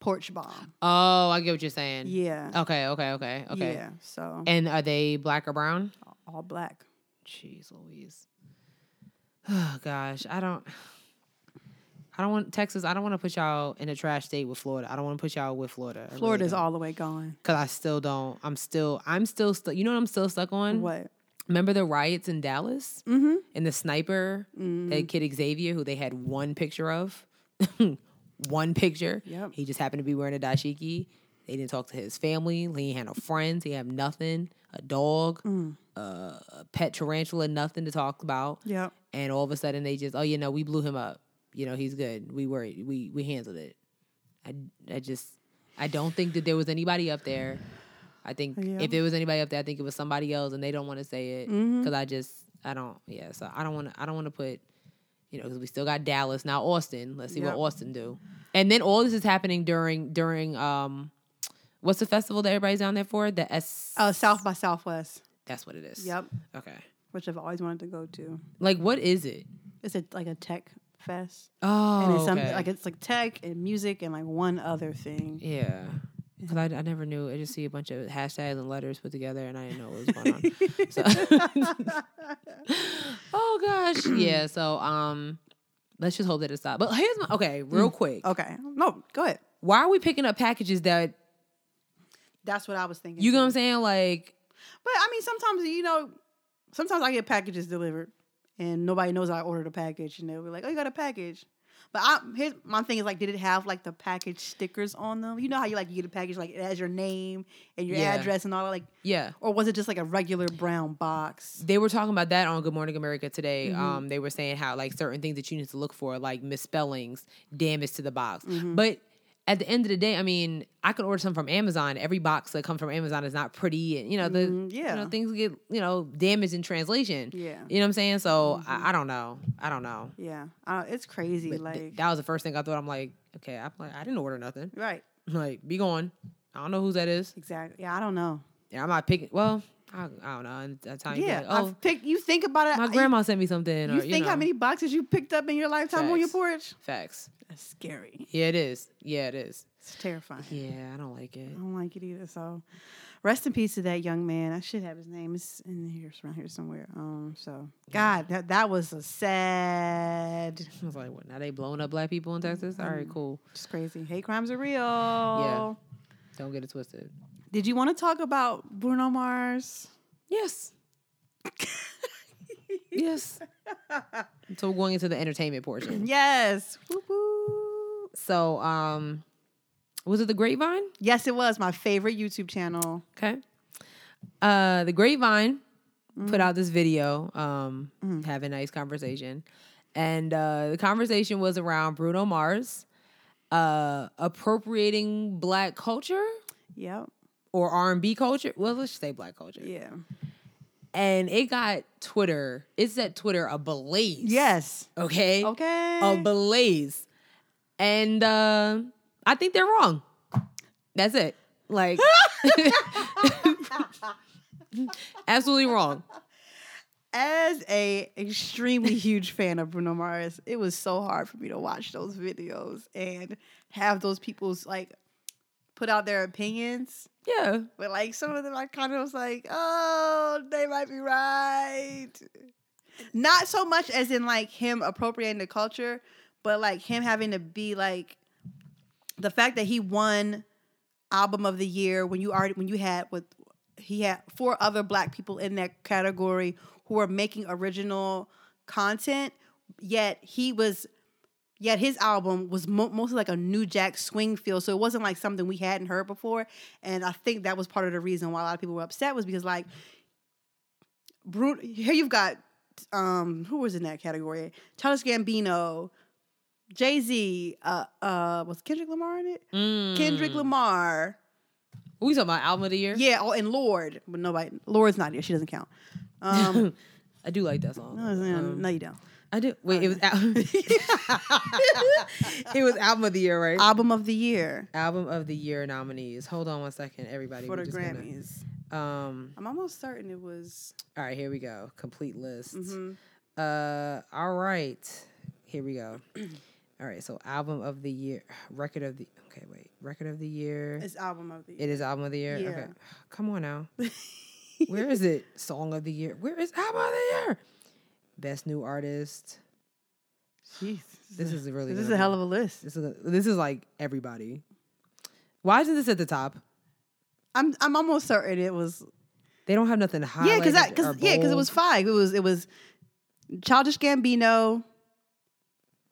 S2: porch bomb.
S1: Oh, I get what you're saying.
S2: Yeah.
S1: Okay. Okay. Okay. oh, Okay.
S2: Yeah. Oh, So
S1: And are they black or brown?
S2: all black.
S1: Jeez Louise. Oh gosh, I don't I don't want Texas, I don't want to put y'all in a trash state with Florida. I don't want to put y'all with Florida.
S2: Florida's all the way gone.
S1: cuz I still don't. I'm still I'm still stuck. You know what I'm still stuck on?
S2: What?
S1: Remember the riots in Dallas?
S2: Mm-hmm. Mm.
S1: And the sniper, that kid Xavier who they had one picture of. one picture.
S2: Yep.
S1: He just happened to be wearing a dashiki. They didn't talk to his family. He had no friends. He had nothing. A dog,
S2: Mm.
S1: uh, a pet tarantula, nothing to talk about
S2: Yep.
S1: and all of a sudden they just oh you know we blew him up you know he's good we worried we we handled it i i just i don't think that there was anybody up there i think
S2: Yeah.
S1: if there was anybody up there i think it was somebody else and they don't want to say it
S2: Mm-hmm.
S1: because i just i don't yeah so i don't want to i don't want to put you know because we still got dallas now austin let's see
S2: Yep.
S1: what austin do and then all this is happening during during um what's the festival that everybody's down there for the s
S2: Uh, South by Southwest.
S1: that's what it is
S2: Yep.
S1: okay
S2: Which I've always wanted to go to.
S1: like what is it
S2: It's a, like a tech fest.
S1: oh
S2: and it's some,
S1: okay.
S2: like it's like tech and music and like one other thing.
S1: Yeah. Because I, I never knew. I just see a bunch of hashtags and letters put together, and I didn't know what was going on. So- oh gosh, yeah. So um, let's just hope that it stops. But here's my okay,
S2: Mm.
S1: real quick.
S2: Okay. No, go ahead.
S1: Why are we picking up packages that
S2: That's what I was thinking.
S1: you know what I'm saying? Like,
S2: But I mean, sometimes you know, sometimes I get packages delivered, and nobody knows I ordered a package, and they'll be like, "Oh, you got a package." But I, here's my thing is like, did it have like the package stickers on them? You know how you like you get a package like it has your name and your
S1: Yeah.
S2: address and all that, like,
S1: yeah.
S2: or was it just like a regular brown box?
S1: They were talking about that on Good Morning America today.
S2: Mm-hmm.
S1: Um, they were saying how like certain things that you need to look for, like misspellings, damage to the box.
S2: Mm-hmm.
S1: But at the end of the day, I mean, I can order something from Amazon. Every box that comes from Amazon is not pretty, and you know the
S2: Mhm,
S1: you know
S2: yeah.
S1: things get you know damaged in translation.
S2: Yeah. Mm-hmm.
S1: you know what I'm saying. So I, I don't know. I don't know.
S2: Yeah, uh, it's crazy.
S1: But
S2: like,
S1: th- that was the first thing I thought. I'm like, okay, I'm like, I didn't order nothing.
S2: right?
S1: Like, be gone. I don't know who that is.
S2: Exactly. Yeah, I don't know.
S1: Yeah, I'm not picking. Well, I, I don't know. And At that time, you'd be
S2: Yeah,
S1: like,
S2: I've picked. You think about it.
S1: oh, my
S2: I-
S1: grandma sent me something.
S2: You,
S1: or,
S2: you think how
S1: know.
S2: many boxes you picked up in your lifetime on your
S1: Facts.
S2: porch?
S1: Facts.
S2: That's scary.
S1: Yeah, it is. Yeah, it is.
S2: It's terrifying.
S1: Yeah, I don't like it.
S2: I don't like it either. So, rest in peace to that young man. I should have his name. It's in here, it's around here somewhere. Um. So, God, that that was a sad.
S1: I was like, what? Now they blowing up black people in Texas? All right, cool.
S2: It's crazy. Hate crimes are real. Yeah.
S1: Don't get it twisted.
S2: Did you want to talk about Bruno Mars?
S1: Yes. yes. So we're going into the entertainment portion.
S2: Yes. Whoop, whoop.
S1: So, um, was it the Grapevine?
S2: Yes, it was my favorite YouTube channel.
S1: Okay. Uh, the Grapevine put out this video, um, having a nice conversation, and uh, the conversation was around Bruno Mars uh, appropriating black culture
S2: Yep.
S1: or R and B culture. Well, let's just say black culture.
S2: Yeah.
S1: And it got Twitter. It set Twitter ablaze.
S2: Yes. Oh,
S1: Okay.
S2: Okay.
S1: Ablaze. And uh, I think they're wrong. That's it. Like, absolutely wrong.
S2: As a extremely huge fan of Bruno Mars, it was so hard for me to watch those videos and have those people's like put out their opinions.
S1: Yeah.
S2: But like some of them, I kind of was like, oh, they might be right. Not so much as in like him appropriating the culture, but like him having to be like the fact that he won album of the year when you already when you had with he had four other black people in that category who were making original content, yet he was yet his album was mo- mostly like a new jack swing feel so it wasn't like something we hadn't heard before and i think that was part of the reason why a lot of people were upset was because like Bru- here you've got um who was in that category Childish Gambino Jay-Z uh uh was Kendrick Lamar in it
S1: Mm.
S2: Kendrick Lamar
S1: What we talking about album of the year?
S2: yeah oh and Lord but nobody Lord's not here she doesn't count um
S1: I do like that song. Um,
S2: no you don't
S1: I do. Wait, it was al- it was album of the year, right?
S2: album of the year
S1: album of the year nominees. Hold on one second, everybody.
S2: for
S1: We're
S2: the
S1: just gonna-
S2: Grammys
S1: um.
S2: I'm almost certain it was
S1: All right, here we go. Complete list.
S2: mhm.
S1: Uh, all right. Here we go. All right, so album of the year, record of the okay, wait, record of the year.
S2: It's album of the year.
S1: it is album of the year. Okay,
S2: Yeah.
S1: come on now. Where is it? Song of the year. Where is album of the year? Best new artist.
S2: Jeez.
S1: This is really. gonna
S2: This is
S1: be-
S2: a hell of a list.
S1: This is a- this is like everybody. Why isn't this at the top?
S2: I'm I'm almost certain it was
S1: They don't have nothing to hide.
S2: yeah because because yeah because it was five. It was it was Childish Gambino,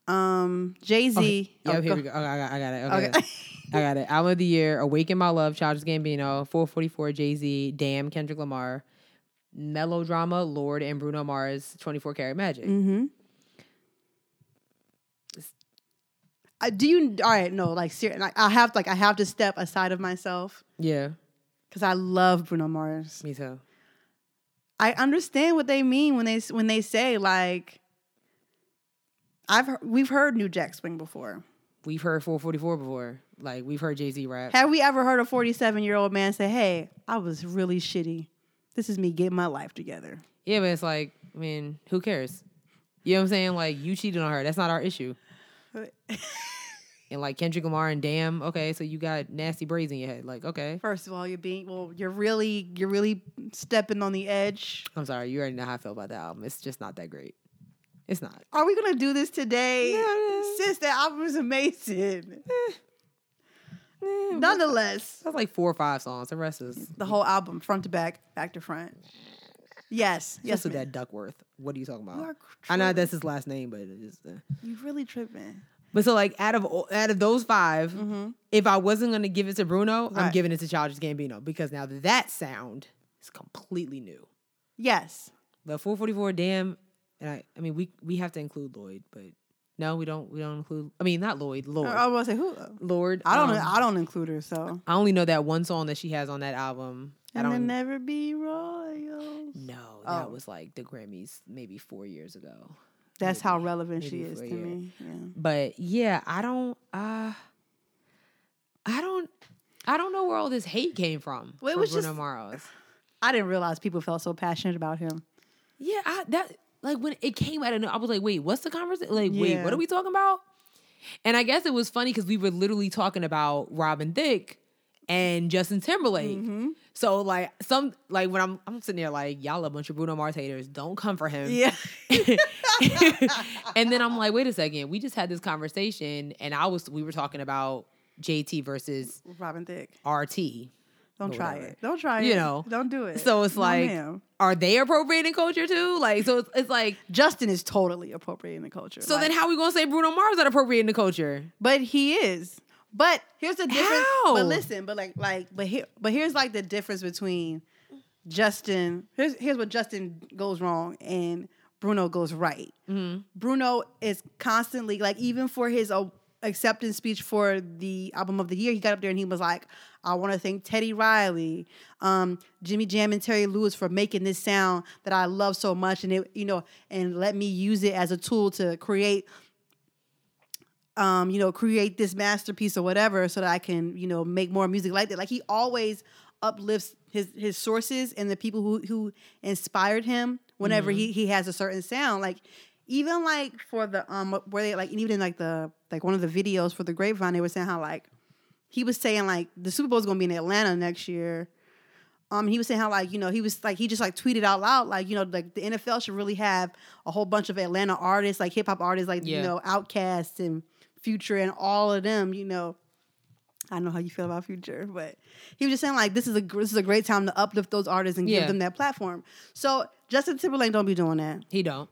S2: um Oh, Jay Z.
S1: Yeah, here we go. Okay, I got, I got it. Okay. I got it. Album of the year: "Awaken My Love," Childish Gambino, 444, Jay Z, Damn, Kendrick Lamar, Melodrama, Lord, and Bruno Mars, 24 Karat Magic.
S2: mm-hmm. I, do you all right? No, like seriously, like, I have like I have to step aside of myself
S1: Yeah,
S2: because I love Bruno Mars.
S1: me too.
S2: I understand what they mean when they when they say like I've heard, we've heard New Jack Swing before.
S1: We've heard 444 before. Like we've heard Jay Z rap.
S2: Have we ever heard a 47 year old man say, Hey, I was really shitty. This is me getting my life together.
S1: Yeah, but it's like, I mean, who cares? You know what I'm saying? Like you cheated on her. That's not our issue. And like Kendrick Lamar and Damn. Okay, so you got nasty braids in your head. Like okay,
S2: First of all, you're being well, you're really you're really stepping on the edge.
S1: I'm sorry. You already know how I feel about that album. It's just not that great. It's not.
S2: Are we gonna do this today?
S1: Yeah, it is.
S2: Sis, that album is amazing. Nonetheless,
S1: That's like four or five songs. The rest is
S2: the whole album, front to back, back to front. Yes, yes,
S1: Yes, with
S2: ma'am.
S1: that Duckworth. What are you talking about?
S2: You are
S1: I know
S2: tripping.
S1: that's his last name, but it's just, uh,
S2: You really tripping.
S1: but so like out of all- out of those 5
S2: Mm-hmm.
S1: if I wasn't gonna give it to Bruno, I'm
S2: Mm. Right.
S1: giving it to Childish Gambino because now that sound is completely new.
S2: Yes.
S1: But 444, damn, and I I mean we we have to include Lloyd, but no, we don't we don't include. I mean not Lloyd, Lord,
S2: I, I was gonna say who
S1: Lord.
S2: I don't
S1: um,
S2: I don't include her, so
S1: I only know that one song that she has on that album. I
S2: and
S1: don't
S2: then never be royal.
S1: no, that
S2: Oh.
S1: was like the Grammys maybe four years ago.
S2: That's how relevant
S1: maybe
S2: she
S1: for
S2: is
S1: a
S2: to
S1: year.
S2: me. Yeah.
S1: but yeah i don't uh i don't i don't know where all this hate came from
S2: Well, it
S1: for
S2: was
S1: Bruno
S2: just-
S1: Mars.
S2: I didn't realize people felt so passionate about him.
S1: yeah I, that like when it came out of no- i was like wait what's the conversation like wait
S2: Yeah.
S1: what are we talking about And I guess it was funny because we were literally talking about Robin Thicke and Justin Timberlake. So like some like when I'm I'm sitting there like y'all a bunch of Bruno Mars haters don't come for him.
S2: Yeah.
S1: and then I'm like wait a second we just had this conversation and I was we were talking about JT versus
S2: Robin Thicke.
S1: RT.
S2: Don't
S1: Or
S2: try
S1: whatever.
S2: it. Don't try it.
S1: You know.
S2: Don't do it.
S1: So it's
S2: No,
S1: like
S2: ma'am.
S1: are they appropriating culture too? Like so it's, it's like
S2: Justin is totally appropriating the culture.
S1: so then
S2: Like,
S1: how we gonna say Bruno Mars not appropriating the culture?
S2: but he is. But here's the difference.
S1: How?
S2: But listen, but like like but here but here's like the difference between Justin. Here's here's what Justin goes wrong and Bruno goes right. Bruno is constantly like even for his uh, acceptance speech for the album of the year, he got up there and he was like, "I want to thank Teddy Riley, um, Jimmy Jam, and Terry Lewis for making this sound that I love so much, and it, you know, and let me use it as a tool to create." Um, you know, create this masterpiece or whatever, so that I can, you know, make more music like that. Like he always uplifts his his sources and the people who who inspired him whenever he he has a certain sound. Like even like for the um where they like even in like the like one of the videos for the grapevine they were saying how like he was saying like the Super Bowl is gonna be in Atlanta next year. Um, he was saying how like you know he was like he just like tweeted out loud like you know like the NFL should really have a whole bunch of Atlanta artists like hip hop artists like
S1: Yeah.
S2: you know Outkast and Future and all of them you know. I know how you feel about Future, but he was just saying like this is a gr- this is a great time to uplift those artists and
S1: Yeah.
S2: give them that platform. So Justin Timberlake don't be doing that.
S1: He don't.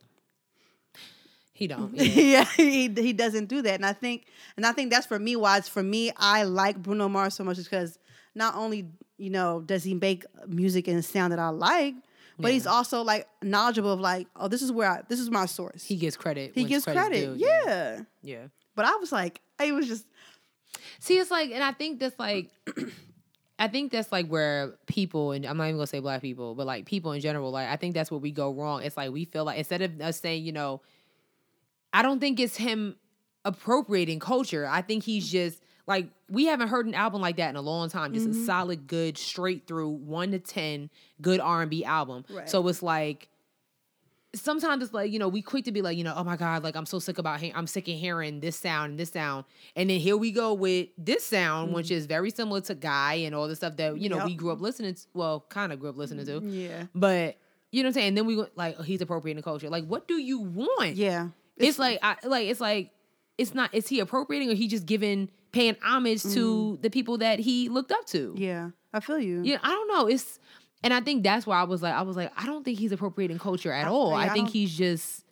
S1: He don't. yeah.
S2: yeah, he he doesn't do that, and I think and I think that's for me why it's for me I like Bruno Mars so much is because not only you know does he make music and sound that I like, but he's also like knowledgeable of like oh this is where I this is my source.
S1: he
S2: He,
S1: gets credit. when
S2: gives
S1: credit's
S2: credit,
S1: due,
S2: yeah.
S1: Yeah.
S2: But I was like, it was just
S1: See, it's like, and I think that's like, I think that's like where people, and I'm not even gonna say black people, but like people in general, like I think that's where we go wrong. It's like we feel like instead of us saying, you know, I don't think it's him appropriating culture. I think he's just like we haven't heard an album like that in a long time. Just a solid, good, straight through one to ten good R and B album.
S2: Right.
S1: So it's like sometimes it's like you know we quick to be like you know oh my god like I'm so sick about he- I'm sick of hearing this sound and this sound and then here we go with this sound
S2: Mm.
S1: which is very similar to Guy and all the stuff that you know
S2: Yep.
S1: we grew up listening to. Well, kind of grew up listening to,
S2: yeah
S1: but. You know what I'm saying? And then we go like oh, he's appropriating the culture. Like, what do you want?
S2: yeah.
S1: it's, like I like it's like it's not is he appropriating or he just giving paying homage to the people that he looked up to.
S2: Mm. Yeah, I feel you.
S1: Yeah, I don't know. It's and I think that's why I was like I was like I don't think he's appropriating culture at
S2: I-
S1: all.
S2: yeah,
S1: I
S2: I
S1: think
S2: don't-
S1: he's just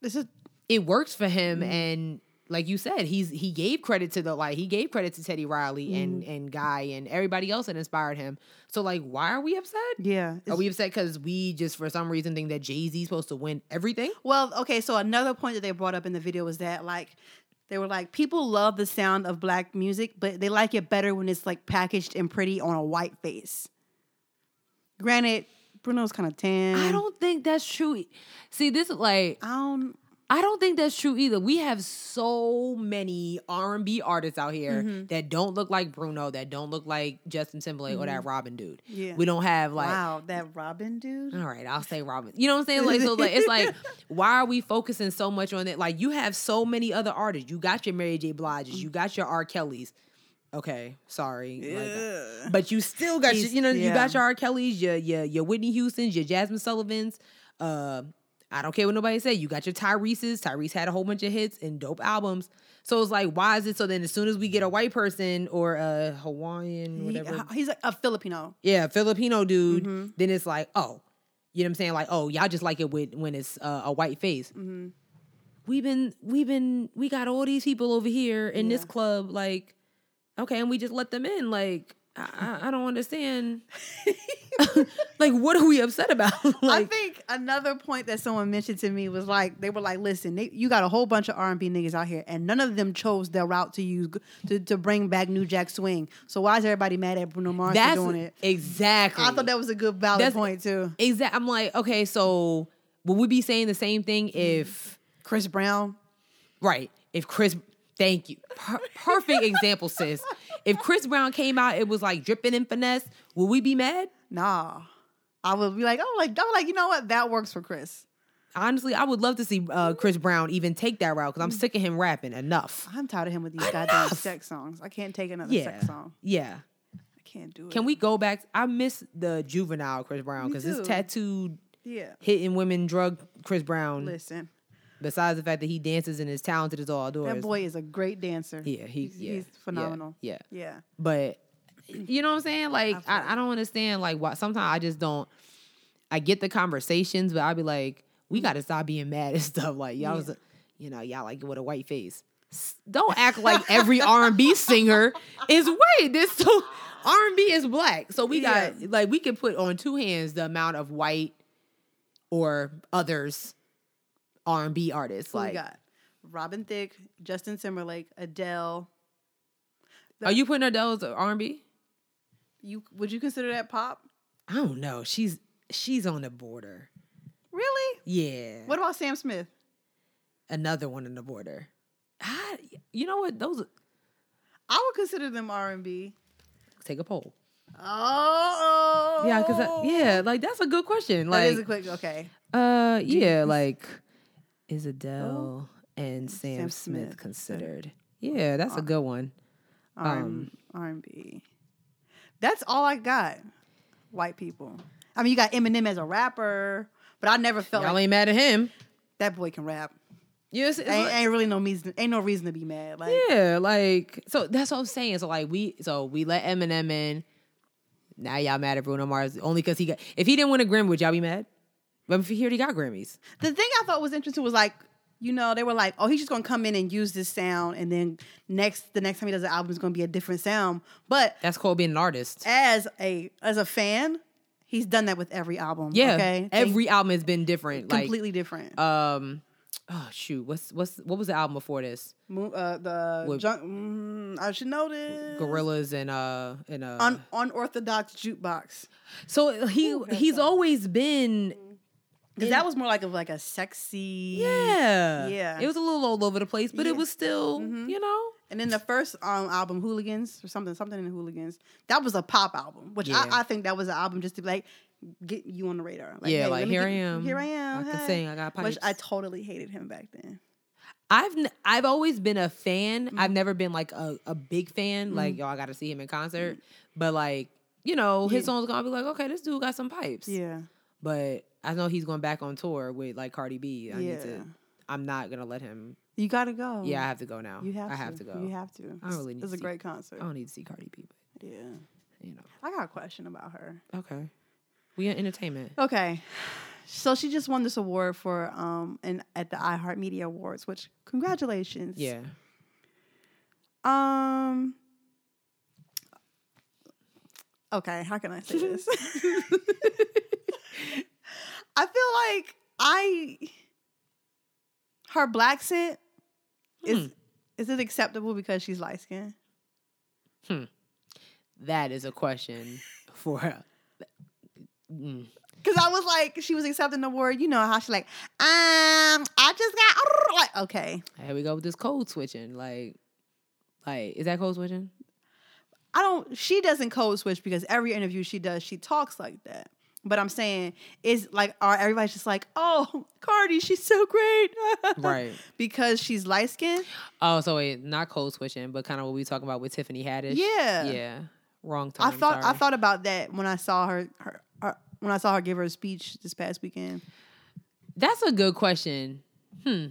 S2: This is
S1: it works for him
S2: Mm-hmm.
S1: and like you said he's he gave credit to the like he gave credit to Teddy Riley
S2: Mm-hmm.
S1: and and Guy and everybody else that inspired him. So like why are we upset?
S2: yeah.
S1: Are
S2: it's-
S1: we upset cuz we just for some reason think that Jay-Z's supposed to win everything?
S2: Well, okay, so another point that they brought up in the video was that like they were like people love the sound of black music, but they like it better when it's like packaged and pretty on a white face. Granted, Bruno's kind of tan.
S1: I don't think that's true. e-, See, this is like
S2: I don't
S1: I don't think that's true either. We have so many R and B artists out here
S2: Mm-hmm.
S1: that don't look like Bruno, that don't look like Justin Timberlake or that Robin dude.
S2: Mm-hmm. Yeah.
S1: We don't have like
S2: wow, that Robin dude.
S1: all right, I'll say Robin. You know what I'm saying? Like, so like it's like, why are we focusing so much on it? Like, you have so many other artists. You got your Mary J. Blige's, you got your R. Kelly's. Okay, sorry. Like,
S2: Ugh.
S1: but you still got your,
S2: He's-
S1: you know, you got
S2: yeah.
S1: your R. Kelly's, your your your Whitney Houston's, your Jasmine Sullivan's. Uh, I don't care what nobody say. You got your Tyrese's. Tyrese had a whole bunch of hits and dope albums. So it's like, why is it so? Then as soon as we get a white person or a Hawaiian,
S2: He-
S1: whatever,
S2: he's like a Filipino.
S1: yeah, Filipino dude,
S2: Mm-hmm.
S1: then it's like, oh, you know what I'm saying? Like, oh, y'all just like it with, when it's uh, a white face.
S2: Mm-hmm.
S1: We've been, we've been, we got all these people over here in this
S2: Yeah.
S1: club, like, okay, and we just let them in. Like, I, I I don't understand. like, what are we upset about?
S2: I
S1: like,
S2: think another point that someone mentioned to me was like they were like, listen, they, you got a whole bunch of R and B niggas out here, and none of them chose their route to use to, to bring back New Jack Swing. So why is everybody mad at Bruno Mars
S1: that's
S2: for doing it?
S1: exactly.
S2: I thought that was a good valid
S1: That's-
S2: point too.
S1: exact. I'm like, okay, so would we be saying the same thing
S2: Mm-hmm.
S1: if?
S2: Chris Brown,
S1: Right. If Chris, thank you. Per- perfect example, sis. If Chris Brown came out, it was like dripping in finesse. Would we be mad?
S2: nah, I would be like, oh, like I'm like, you know what? That works for Chris.
S1: honestly, I would love to see uh, Chris Brown even take that route because I'm sick of him rapping enough.
S2: I'm tired of him with these goddamn sex songs. I can't take another
S1: Yeah.
S2: sex song.
S1: Yeah.
S2: I can't do it.
S1: Can we go back? I miss the juvenile Chris Brown
S2: Me
S1: because this
S2: too.
S1: tattooed
S2: Yeah.
S1: hitting women drug Chris Brown.
S2: Listen,
S1: Besides the fact that he dances and is talented as all outdoors.
S2: that boy is a great dancer.
S1: Yeah, he-
S2: he's,
S1: yeah,
S2: he's
S1: yeah,
S2: phenomenal.
S1: yeah.
S2: yeah.
S1: but you know what I'm saying? Like
S2: I feel
S1: I, I don't understand like why sometimes I just don't I get the conversations, but I'll be like, we gotta stop being mad and stuff. Like y'all was you know, y'all like with a white face. S- Don't act like every R and B singer is white. This so R and B is black. So we got like we can put on two hands the amount of white or others R and B artists.
S2: Who
S1: Like
S2: we got? Robin Thicke, Justin Timberlake, Adele.
S1: are you putting Adele's R and B?
S2: You would you consider that pop?
S1: I don't know. She's she's on the border.
S2: Really?
S1: Yeah.
S2: What about Sam Smith?
S1: another one in the border. Ah, you know what? Those
S2: I would consider them R and B.
S1: take a poll.
S2: Oh,
S1: Yeah, because yeah, like that's a good question.
S2: that
S1: Like,
S2: is a quick okay.
S1: uh, yeah, like is Adele and Oh, Sam,
S2: Sam
S1: Smith,
S2: Smith.
S1: considered? Yeah, that's a good one.
S2: R
S1: Um,
S2: and B. That's all I got. White people. I mean, you got Eminem as a rapper, but I never felt
S1: Y'all
S2: like
S1: ain't mad at him.
S2: that boy can rap.
S1: Yes, it's
S2: Ain't,
S1: like-
S2: ain't really no reason. Ain't no reason to be mad. Like
S1: yeah, like so that's what I'm saying. So like we, so we let Eminem in. Now y'all mad at Bruno Mars only because he got. If he didn't win a Grammy, would y'all be mad? But if he already got Grammys,
S2: the thing I thought was interesting was like, you know, they were like, oh, he's just gonna come in and use this sound, and then next, the next time he does an album is gonna be a different sound. But
S1: that's called being an artist.
S2: as a as a fan, he's done that with every album.
S1: Yeah,
S2: okay,
S1: every album has been different. Like,
S2: completely different.
S1: um, oh shoot, what's what's what was the album before this?
S2: Mo- uh, the
S1: With-
S2: junk, mm, I should know this.
S1: Gorillas and uh and uh.
S2: Un- unorthodox jukebox
S1: so he he's always been
S2: because that was more like of like a sexy.
S1: yeah
S2: Mm-hmm. Yeah.
S1: It was a little all over the place, but it
S2: Yeah. Mm-hmm.
S1: was still you know
S2: And then the first um, album, Hooligans or something, something in Hooligans, that was a pop album, which
S1: Yeah.
S2: I, I think that was an album just to be like get you on the radar.
S1: yeah
S2: hey,
S1: like
S2: let me
S1: here I
S2: get-
S1: am
S2: Here I am.
S1: I can
S2: hey.
S1: sing I got pipes.
S2: Which I totally hated him back then.
S1: I've n- I've always been a fan.
S2: Mm-hmm.
S1: I've never been like a, a big fan. Like yo, I got to see him in concert, but like you know his
S2: Mm-hmm. Yeah.
S1: songs gonna be like okay this dude got some pipes.
S2: Yeah.
S1: But I know he's going back on tour with like Cardi B. I need
S2: Yeah.
S1: to. I'm not gonna let him.
S2: You gotta go.
S1: Yeah, I have to go now.
S2: Um, You have
S1: I
S2: to.
S1: have to, go.
S2: You have to.
S1: I don't really need
S2: It's, it's
S1: to see- Oh.
S2: a great concert.
S1: I don't need to see Cardi B, but
S2: Yeah.
S1: you know.
S2: I got a question about her.
S1: Okay. We in entertainment.
S2: Okay. So she just won this award for um and at the iHeartMedia Awards, which congratulations.
S1: Yeah.
S2: Um. Okay, how can I say this? I feel like I her black scent
S1: Hmm.
S2: is is it acceptable because she's light skinned?
S1: That is a question for. uh, Mm.
S2: Because I was like, she was accepting the award. You know how she like, um, I just got like okay.
S1: Here we go with this code switching. Like, like is that code switching?
S2: I don't. She doesn't code switch because every interview she does, she talks like that. But I'm saying is like, are everybody's just like, oh, Cardi, she's so great,
S1: Right.
S2: because she's light skinned.
S1: Oh, so wait, not code switching, but kind of what we talking about with Tiffany Haddish.
S2: Yeah.
S1: Yeah. Wrong
S2: I
S1: time.
S2: thought I
S1: sorry.
S2: thought about that when I saw her, her her when I saw her give her speech this past weekend
S1: That's a good question. Hmm.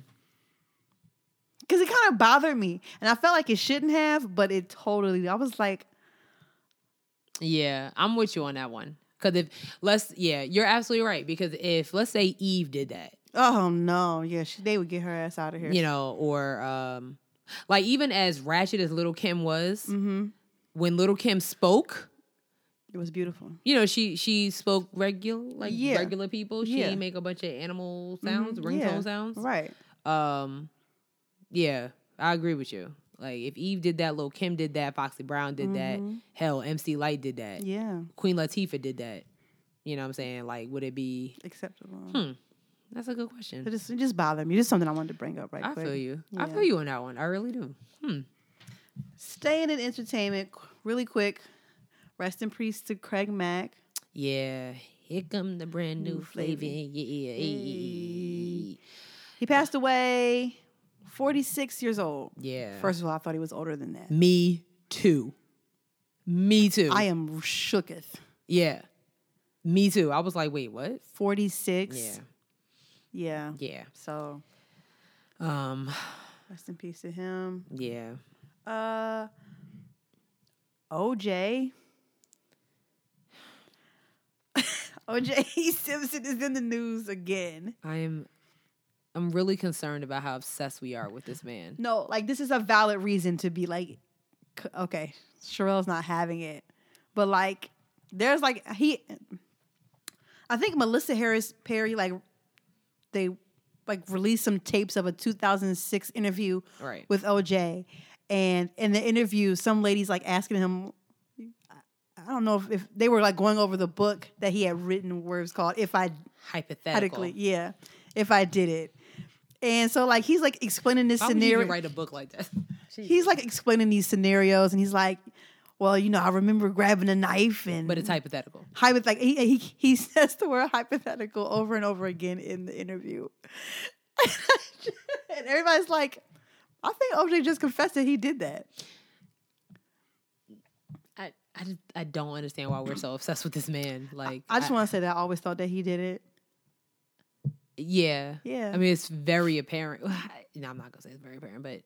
S2: because it kind of bothered me and I felt like it shouldn't have, but it totally. I was like,
S1: Yeah, I'm with you on that one. Because if let's, yeah, you're absolutely right. Because if let's say Eve did that,
S2: oh no, yeah, she, they would get her ass out of here.
S1: you know, or um, like even as ratchet as Little Kim was,
S2: Mhm.
S1: when Little Kim spoke,
S2: It was beautiful.
S1: you know, she she spoke regular like
S2: Yeah.
S1: regular people. She
S2: Yeah. Mm-hmm.
S1: didn't make a bunch of animal sounds, ringtone
S2: yeah.
S1: sounds.
S2: Right.
S1: Um, yeah, I agree with you. Like if Eve did that, Little Kim did that, Foxy Brown did that, hell, MC Light did that,
S2: Mm-hmm. Yeah.
S1: Queen Latifah did that. You know what I'm saying? Like, would it be
S2: Acceptable.
S1: That's a good
S2: It
S1: question.
S2: just, it just bothered me. Just something I wanted to bring up right
S1: I
S2: quick.
S1: feel you. I
S2: Yeah.
S1: feel you on that one. I really do. Hmm.
S2: Staying in entertainment, qu- really quick. Rest in peace to Craig Mack.
S1: Yeah. Here come the brand new flavor. Yeah, yeah, yeah, yeah, he
S2: He passed away 46 years old.
S1: yeah.
S2: First of all, I thought he was older than that.
S1: me too. Me too.
S2: I am shooketh.
S1: yeah. Me too. I was like, wait, what?
S2: 46.
S1: Yeah.
S2: Yeah.
S1: Yeah.
S2: So
S1: Um.
S2: rest in peace to him.
S1: Yeah.
S2: Uh OJ. OJ Simpson is in the news again.
S1: I am. I'm really concerned about how obsessed we are with this man.
S2: No, like this is a valid reason to be like, c- okay, Sherelle's not having it, but like, there's like he, I think Melissa Harris Perry like, they like released some tapes of a 2006 interview
S1: Right.
S2: with OJ, and in the interview, some ladies like asking him. I- I don't know if, if they were like going over the book that he had written, where it was called "If I
S1: Hypothetical.
S2: Hypothetically, yeah, if I did it," and so like he's like explaining this
S1: How would you
S2: scenario
S1: even write a book like that?
S2: he's like explaining these scenarios and he's like well you know i remember grabbing a knife and
S1: but it's hypothetical.
S2: hypoth- like he, he, he says the word hypothetical over and over again in the interview and everybody's like i think oj just confessed that he did that
S1: I I, just, I don't understand why we're so obsessed with this man. Like
S2: i just want to say that i always thought that he did it
S1: Yeah.
S2: Yeah.
S1: I mean, it's very apparent. no, I'm not gonna say it's very apparent, but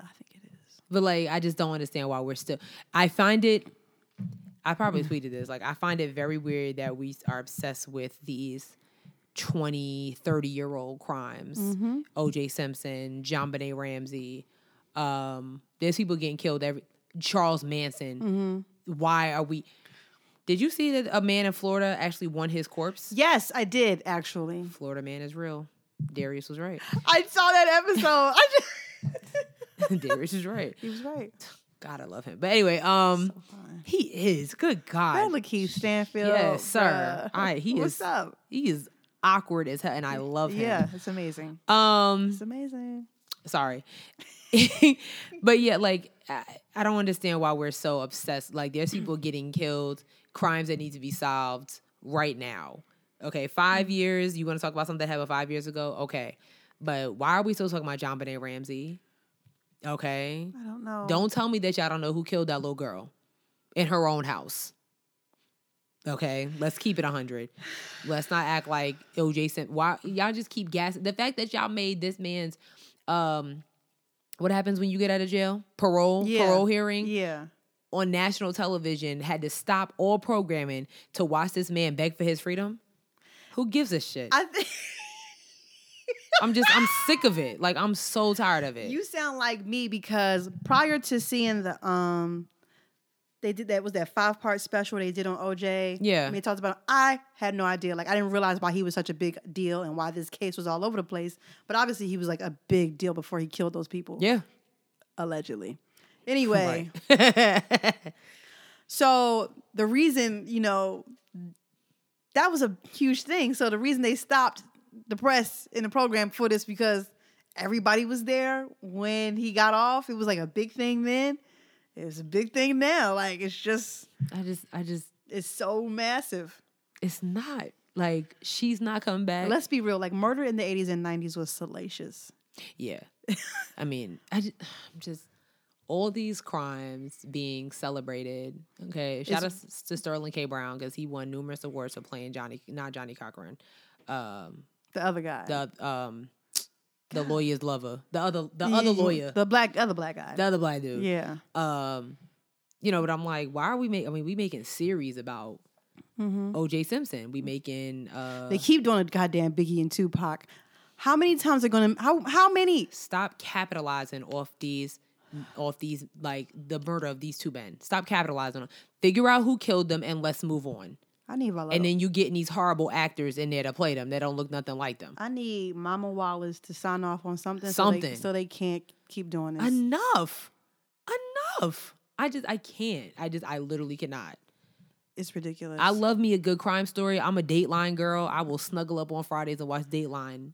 S2: i think it is
S1: But like, I just don't understand why we're still. I find it. I probably tweeted this. Like, I find it very weird that we are obsessed with these 20, 30 year old crimes. OJ Simpson, John Benet Ramsey. Um, there's people getting killed every. Charles Manson. Why are we. Did you see that a man in Florida actually won his corpse?
S2: yes i did actually
S1: Florida man is real. Darius was right.
S2: i saw that episode i just
S1: Darius is right.
S2: he was right
S1: God, I love him. But anyway, um, he is. Good God.
S2: Bradley Keith Stanfield.
S1: Yes, sir.
S2: bruh.
S1: I- he
S2: What's
S1: is-
S2: up?
S1: he is awkward as hell and I love him.
S2: Yeah, it's amazing.
S1: Um
S2: It's amazing.
S1: sorry. but yeah, like I, I don't understand why we're so obsessed. Like there's people getting killed, crimes that need to be solved right now. Okay, 5 years, you want to talk about something that happened 5 years ago? Okay. But why are we still talking about John Benet Ramsey? Okay.
S2: I don't know.
S1: Don't tell me that y'all don't know who killed that little girl in her own house. Okay, let's keep it 100. Let's not act like OJ sent. Why y'all just keep gassing? The fact that y'all made this man's um what happens when you get out of jail? Parole,
S2: Yeah.
S1: parole hearing
S2: Yeah.
S1: on national television had to stop all programming to watch this man beg for his freedom. Who gives a shit?
S2: I think
S1: I'm just I'm sick of it. Like I'm so tired of it.
S2: you sound like me because prior to seeing the um they did that was that five part special they did on OJ.
S1: Yeah.
S2: And they talked about I had no idea. Like I didn't realize why he was such a big deal and why this case was all over the place. But obviously he was like a big deal before he killed those people.
S1: yeah.
S2: Allegedly. Anyway.
S1: Right.
S2: So the reason, you know, that was a huge thing. So the reason they stopped the press in the program for this because everybody was there when he got off. It was like a big thing then. It's a big thing now. Like it's just
S1: I just I just
S2: it's so massive.
S1: it's not like she's not coming back.
S2: And let's be real. Like murder in the 80s and 90s was salacious.
S1: yeah, I mean, I just, am just all these crimes being celebrated. Okay, shout out s- to Sterling K. Brown because he won numerous awards for playing Johnny, not Johnny Cochran, um,
S2: The other guy.
S1: the um, the lawyer's lover, the other the
S2: Yeah,
S1: other
S2: yeah,
S1: lawyer,
S2: The black other black guy.
S1: the other black dude.
S2: yeah.
S1: Um, you know, but I'm like, why are we making? I mean, we making series about
S2: Mm-hmm.
S1: O.J. Simpson. We making uh,
S2: They keep doing a goddamn Biggie and Tupac. How many times are gonna how how many
S1: stop capitalizing off these off these like the murder of these two men. Stop capitalizing on. Figure out who killed them and let's move on.
S2: I need my
S1: And then you getting these horrible actors in there to play them that don't look nothing like them.
S2: I need Mama Wallace to sign off on something. So they,
S1: Something.
S2: so they can't keep doing this.
S1: Enough. Enough. I just I can't. I just I literally cannot.
S2: it's ridiculous.
S1: I love me a good crime story. I'm a Dateline girl. I will snuggle up on Fridays and watch Dateline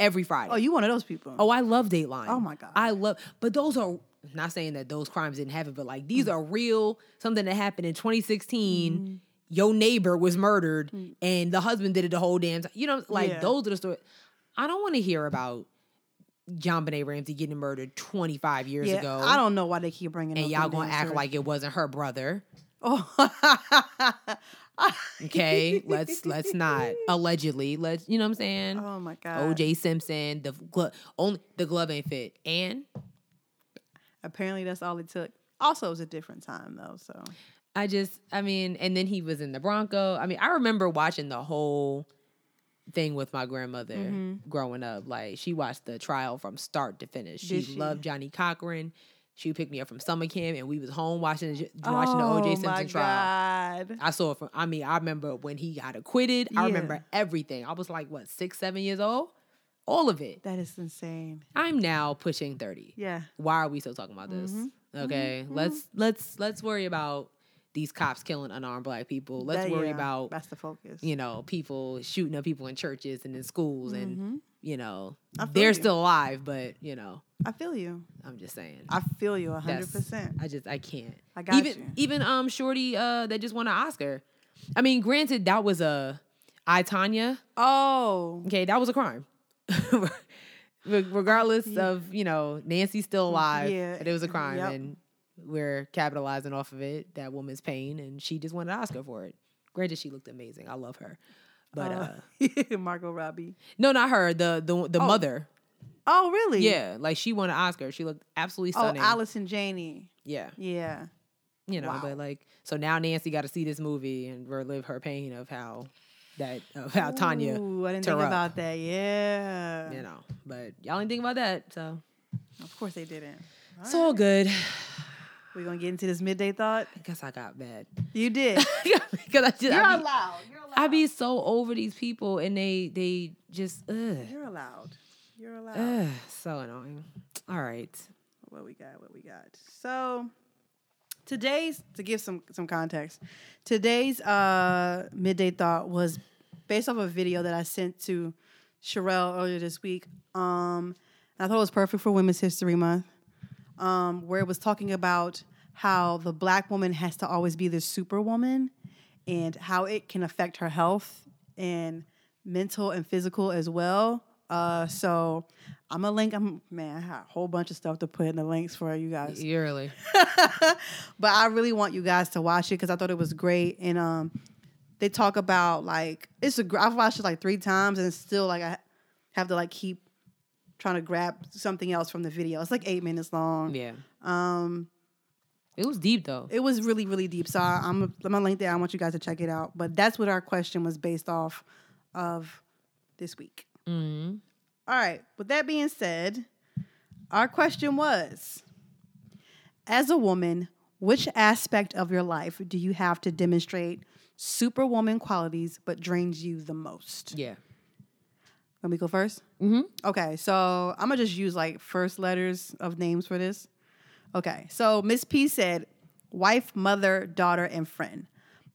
S1: every Friday.
S2: oh, you one of those people.
S1: Oh, I love Dateline.
S2: Oh my God.
S1: I love, but those are not saying that those crimes didn't happen, but like these are real. Something that happened in 2016.
S2: Mm-hmm.
S1: Your neighbor was murdered, and the husband did it the whole damn time. You know, like
S2: Yeah.
S1: those are the stories. I don't want to hear about John Benet Ramsey getting murdered 25 years
S2: yeah,
S1: ago.
S2: I don't know why they keep bringing.
S1: and
S2: up
S1: y'all
S2: them
S1: gonna
S2: damn
S1: act
S2: series.
S1: like it wasn't her brother.
S2: oh.
S1: Okay, let's let's not allegedly. Let's you know what I'm saying.
S2: Oh my god.
S1: OJ Simpson, the glo- only the glove ain't fit, and
S2: Apparently that's all it took. Also, it was a different time though, so
S1: I just, I mean, and then he was in the Bronco. I mean, I remember watching the whole thing with my grandmother
S2: Mhm.
S1: growing up. Like, she watched the trial from start to finish. She,
S2: Did she?
S1: loved Johnny Cochran. She picked me up from summer camp, and we was home watching the- watching the
S2: Oh,
S1: O.J.
S2: my
S1: Simpson trial.
S2: God.
S1: I saw it from. I mean, I remember when he got acquitted. I
S2: Yeah.
S1: remember everything. I was like, what, six, seven years old? All of it.
S2: That is insane.
S1: I'm now pushing thirty.
S2: Yeah.
S1: Why are we still talking about this?
S2: Mhm.
S1: Okay,
S2: Mhm.
S1: let's let's let's worry about these cops killing unarmed black people. Let's
S2: That-
S1: worry
S2: yeah,
S1: about
S2: that's the focus.
S1: you know people shooting up people in churches and in schools, and
S2: Mhm.
S1: you know
S2: I feel
S1: they're
S2: you.
S1: still alive. But you know,
S2: I feel you.
S1: I'm just saying. I,
S2: I feel you hundred
S1: That's-
S2: percent.
S1: just I can't.
S2: I got
S1: even
S2: you.
S1: even um Shorty uh that just won an Oscar. I mean, granted that was a I Tanya.
S2: Oh.
S1: Okay, that was a crime. Re- Regardless of, you know, Nancy's still alive.
S2: Mm, Yeah,
S1: And it was a crime.
S2: yep.
S1: And we're capitalizing off of it, that woman's pain. And she just won an Oscar for it. Granted, she looked amazing. I love her. But uh,
S2: uh, Margot Robbie.
S1: no, not her. The the the
S2: Oh.
S1: mother.
S2: Oh, really?
S1: Yeah. Like she won an Oscar. She looked absolutely
S2: Oh,
S1: stunning.
S2: Allison Janney.
S1: yeah.
S2: Yeah.
S1: You know,
S2: Wow.
S1: but like so now Nancy gotta see this movie and relive her pain of how that of how Tanya,
S2: Ooh, I didn't
S1: Terrell.
S2: think about that. Yeah.
S1: you know. But y'all ain't think about that. So
S2: Of course they didn't.
S1: it's all good.
S2: We're gonna get into this midday thought.
S1: I guess I got mad
S2: You did.
S1: because I just
S2: You're
S1: I be,
S2: allowed. You're allowed.
S1: I be so over these people and they they just ugh,
S2: You're allowed. You're allowed.
S1: ugh so annoying. All right,
S2: What we got? What we got? So today's to give some some context. Today's uh midday thought was based off a video that I sent to Sherelle earlier this week. Um, and I thought it was perfect for Women's History Month, um, where it was talking about how the black woman has to always be this superwoman and how it can affect her health and mental and physical as well. Uh, so I'm a link. I'm man, I had a whole bunch of stuff to put in the links for you guys
S1: you early.
S2: but I really want you guys to watch it because I thought it was great. And um, they talk about like it's a. gr- I've watched it like three times and it's still like I have to like keep trying to grab something else from the video. It's like eight minutes long.
S1: Yeah,
S2: Um,
S1: it was deep though.
S2: it was really really deep. So I, I'm I'm gonna link there. I want you guys to check it out. But that's what our question was based off of this week.
S1: Mm-hmm.
S2: All right. With that being said, our question was As a woman, which aspect of your life do you have to demonstrate superwoman qualities but drains you the most?
S1: Yeah.
S2: Let me go first.
S1: Mm-hmm.
S2: Okay. So I'm going to just use like first letters of names for this. Okay. So Miss P said wife, mother, daughter, and friend.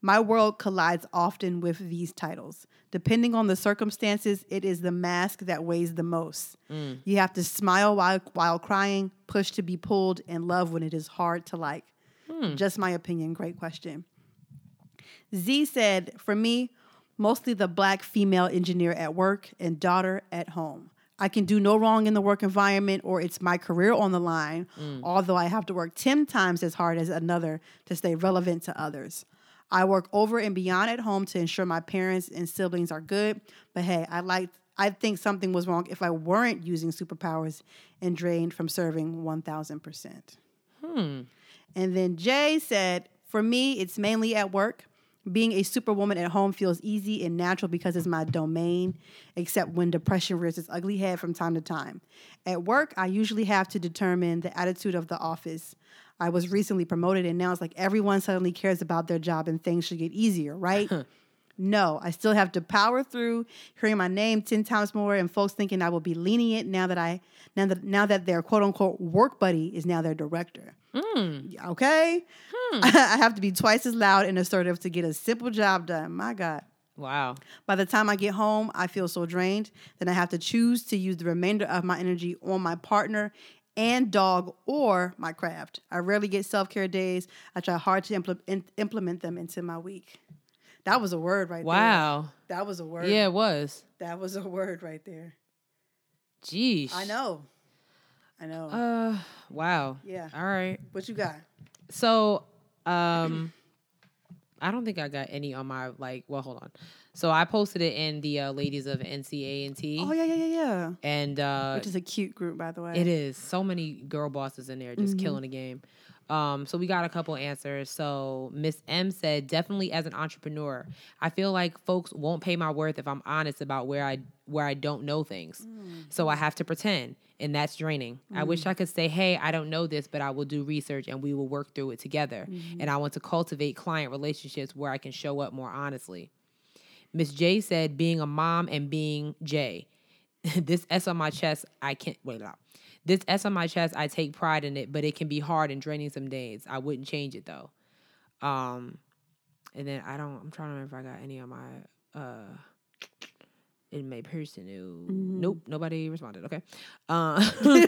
S2: My world collides often with these titles. Depending on the circumstances, it is the mask that weighs the most. You have to smile while, while crying, push to be pulled, and love when it is hard to like. Just my opinion. Great question. Z said, for me, mostly the black female engineer at work and daughter at home. I can do no wrong in the work environment or it's my career on the line, although I have to work 10 times as hard as another to stay relevant to others. I work over and beyond at home to ensure my parents and siblings are good, but hey, I like I think something was wrong if I weren't using superpowers and drained from serving 1000%. And then Jay said, For me, it's mainly at work. Being a superwoman at home feels easy and natural because it's my domain, except when depression rears its ugly head from time to time. At work, I usually have to determine the attitude of the office. I was recently promoted, and now it's like everyone suddenly cares about their job and things should get easier, right? No, I still have to power through hearing my name 10 times more and folks thinking I will be lenient now that I now that now that their quote unquote work buddy is now their director. Okay?
S1: Hmm.
S2: I have to be twice as loud and assertive to get a simple job done. My God.
S1: Wow.
S2: By the time I get home, I feel so drained that I have to choose to use the remainder of my energy on my partner and dog or my craft. I rarely get self care days. I try hard to impl- in- implement them into my week. That was a word right there.
S1: Wow.
S2: That was a word.
S1: Yeah, it was.
S2: That was a word right there.
S1: Jeez.
S2: I know. I know.
S1: Uh, wow.
S2: yeah.
S1: All right.
S2: What you got?
S1: So, um, I don't think I got any on my like. Well, hold on. So I posted it in the uh, ladies of NCA and T,
S2: Oh yeah, yeah, yeah, yeah.
S1: and uh,
S2: Which is a cute group, by the way.
S1: it is so many girl bosses in there just killing the game. Um, so we got a couple answers. So Miss M said, definitely as an entrepreneur, I feel like folks won't pay my worth if I'm honest about where I where I don't know things. So I have to pretend, and that's draining. I wish I could say, hey, I don't know this, but I will do research and we will work through it together. And I want to cultivate client relationships where I can show up more honestly. Miss J said, being a mom and being J. this S on my chest, I can't wait. No. This S on my chest, I take pride in it, but it can be hard and draining some days. I wouldn't change it though. Um, and then I don't. I'm trying to remember if I got any of my uh in my personal. Nope, nobody responded. Okay, uh,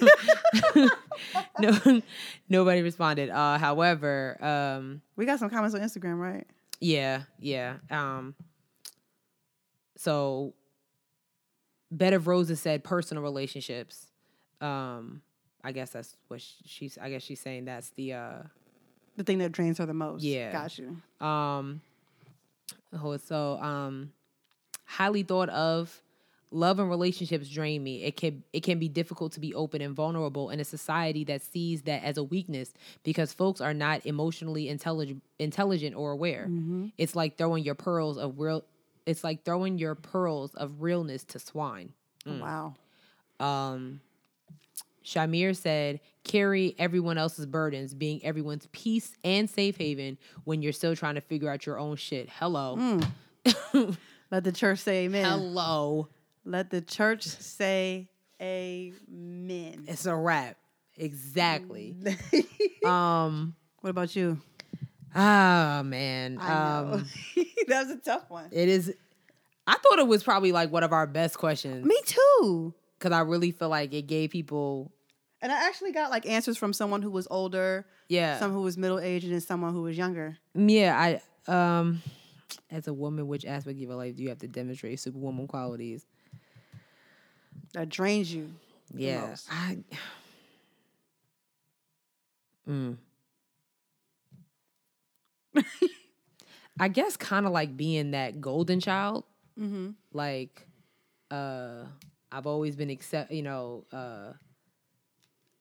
S1: no, nobody responded. Uh, however, um,
S2: We got some comments on Instagram, right?
S1: yeah, yeah. Um so Bed of Roses said personal relationships. Um I guess that's what sh- she's I guess she's saying that's the uh
S2: The thing that drains her the most.
S1: Yeah.
S2: Got you.
S1: um oh, so um highly thought of love and relationships drain me. It can it can be difficult to be open and vulnerable in a society that sees that as a weakness because folks are not emotionally intelligent intelligent or aware. It's like throwing your pearls of real. It's like throwing your pearls of realness to swine.
S2: Oh, Wow.
S1: Um, Shamir said, "Carry everyone else's burdens, being everyone's peace and safe haven when you're still trying to figure out your own shit." Hello,
S2: Let the church say amen.
S1: hello.
S2: Let the church say amen.
S1: It's a wrap. Exactly. um.
S2: what about you?
S1: Ah, man. um.
S2: that was a tough one.
S1: It is. I thought it was probably like one of our best questions
S2: Me too.
S1: because I really feel like it gave people.
S2: And I actually got like answers from someone who was older,
S1: Yeah.
S2: some who was middle aged, and then someone who was younger.
S1: Yeah, I um as a woman, which aspect of your life do you have to demonstrate superwoman qualities?
S2: That drains you.
S1: Yeah.
S2: most?
S1: I Mm. I guess kind of like being that golden child.
S2: Mm-hmm.
S1: Like uh I've always been accept you know, uh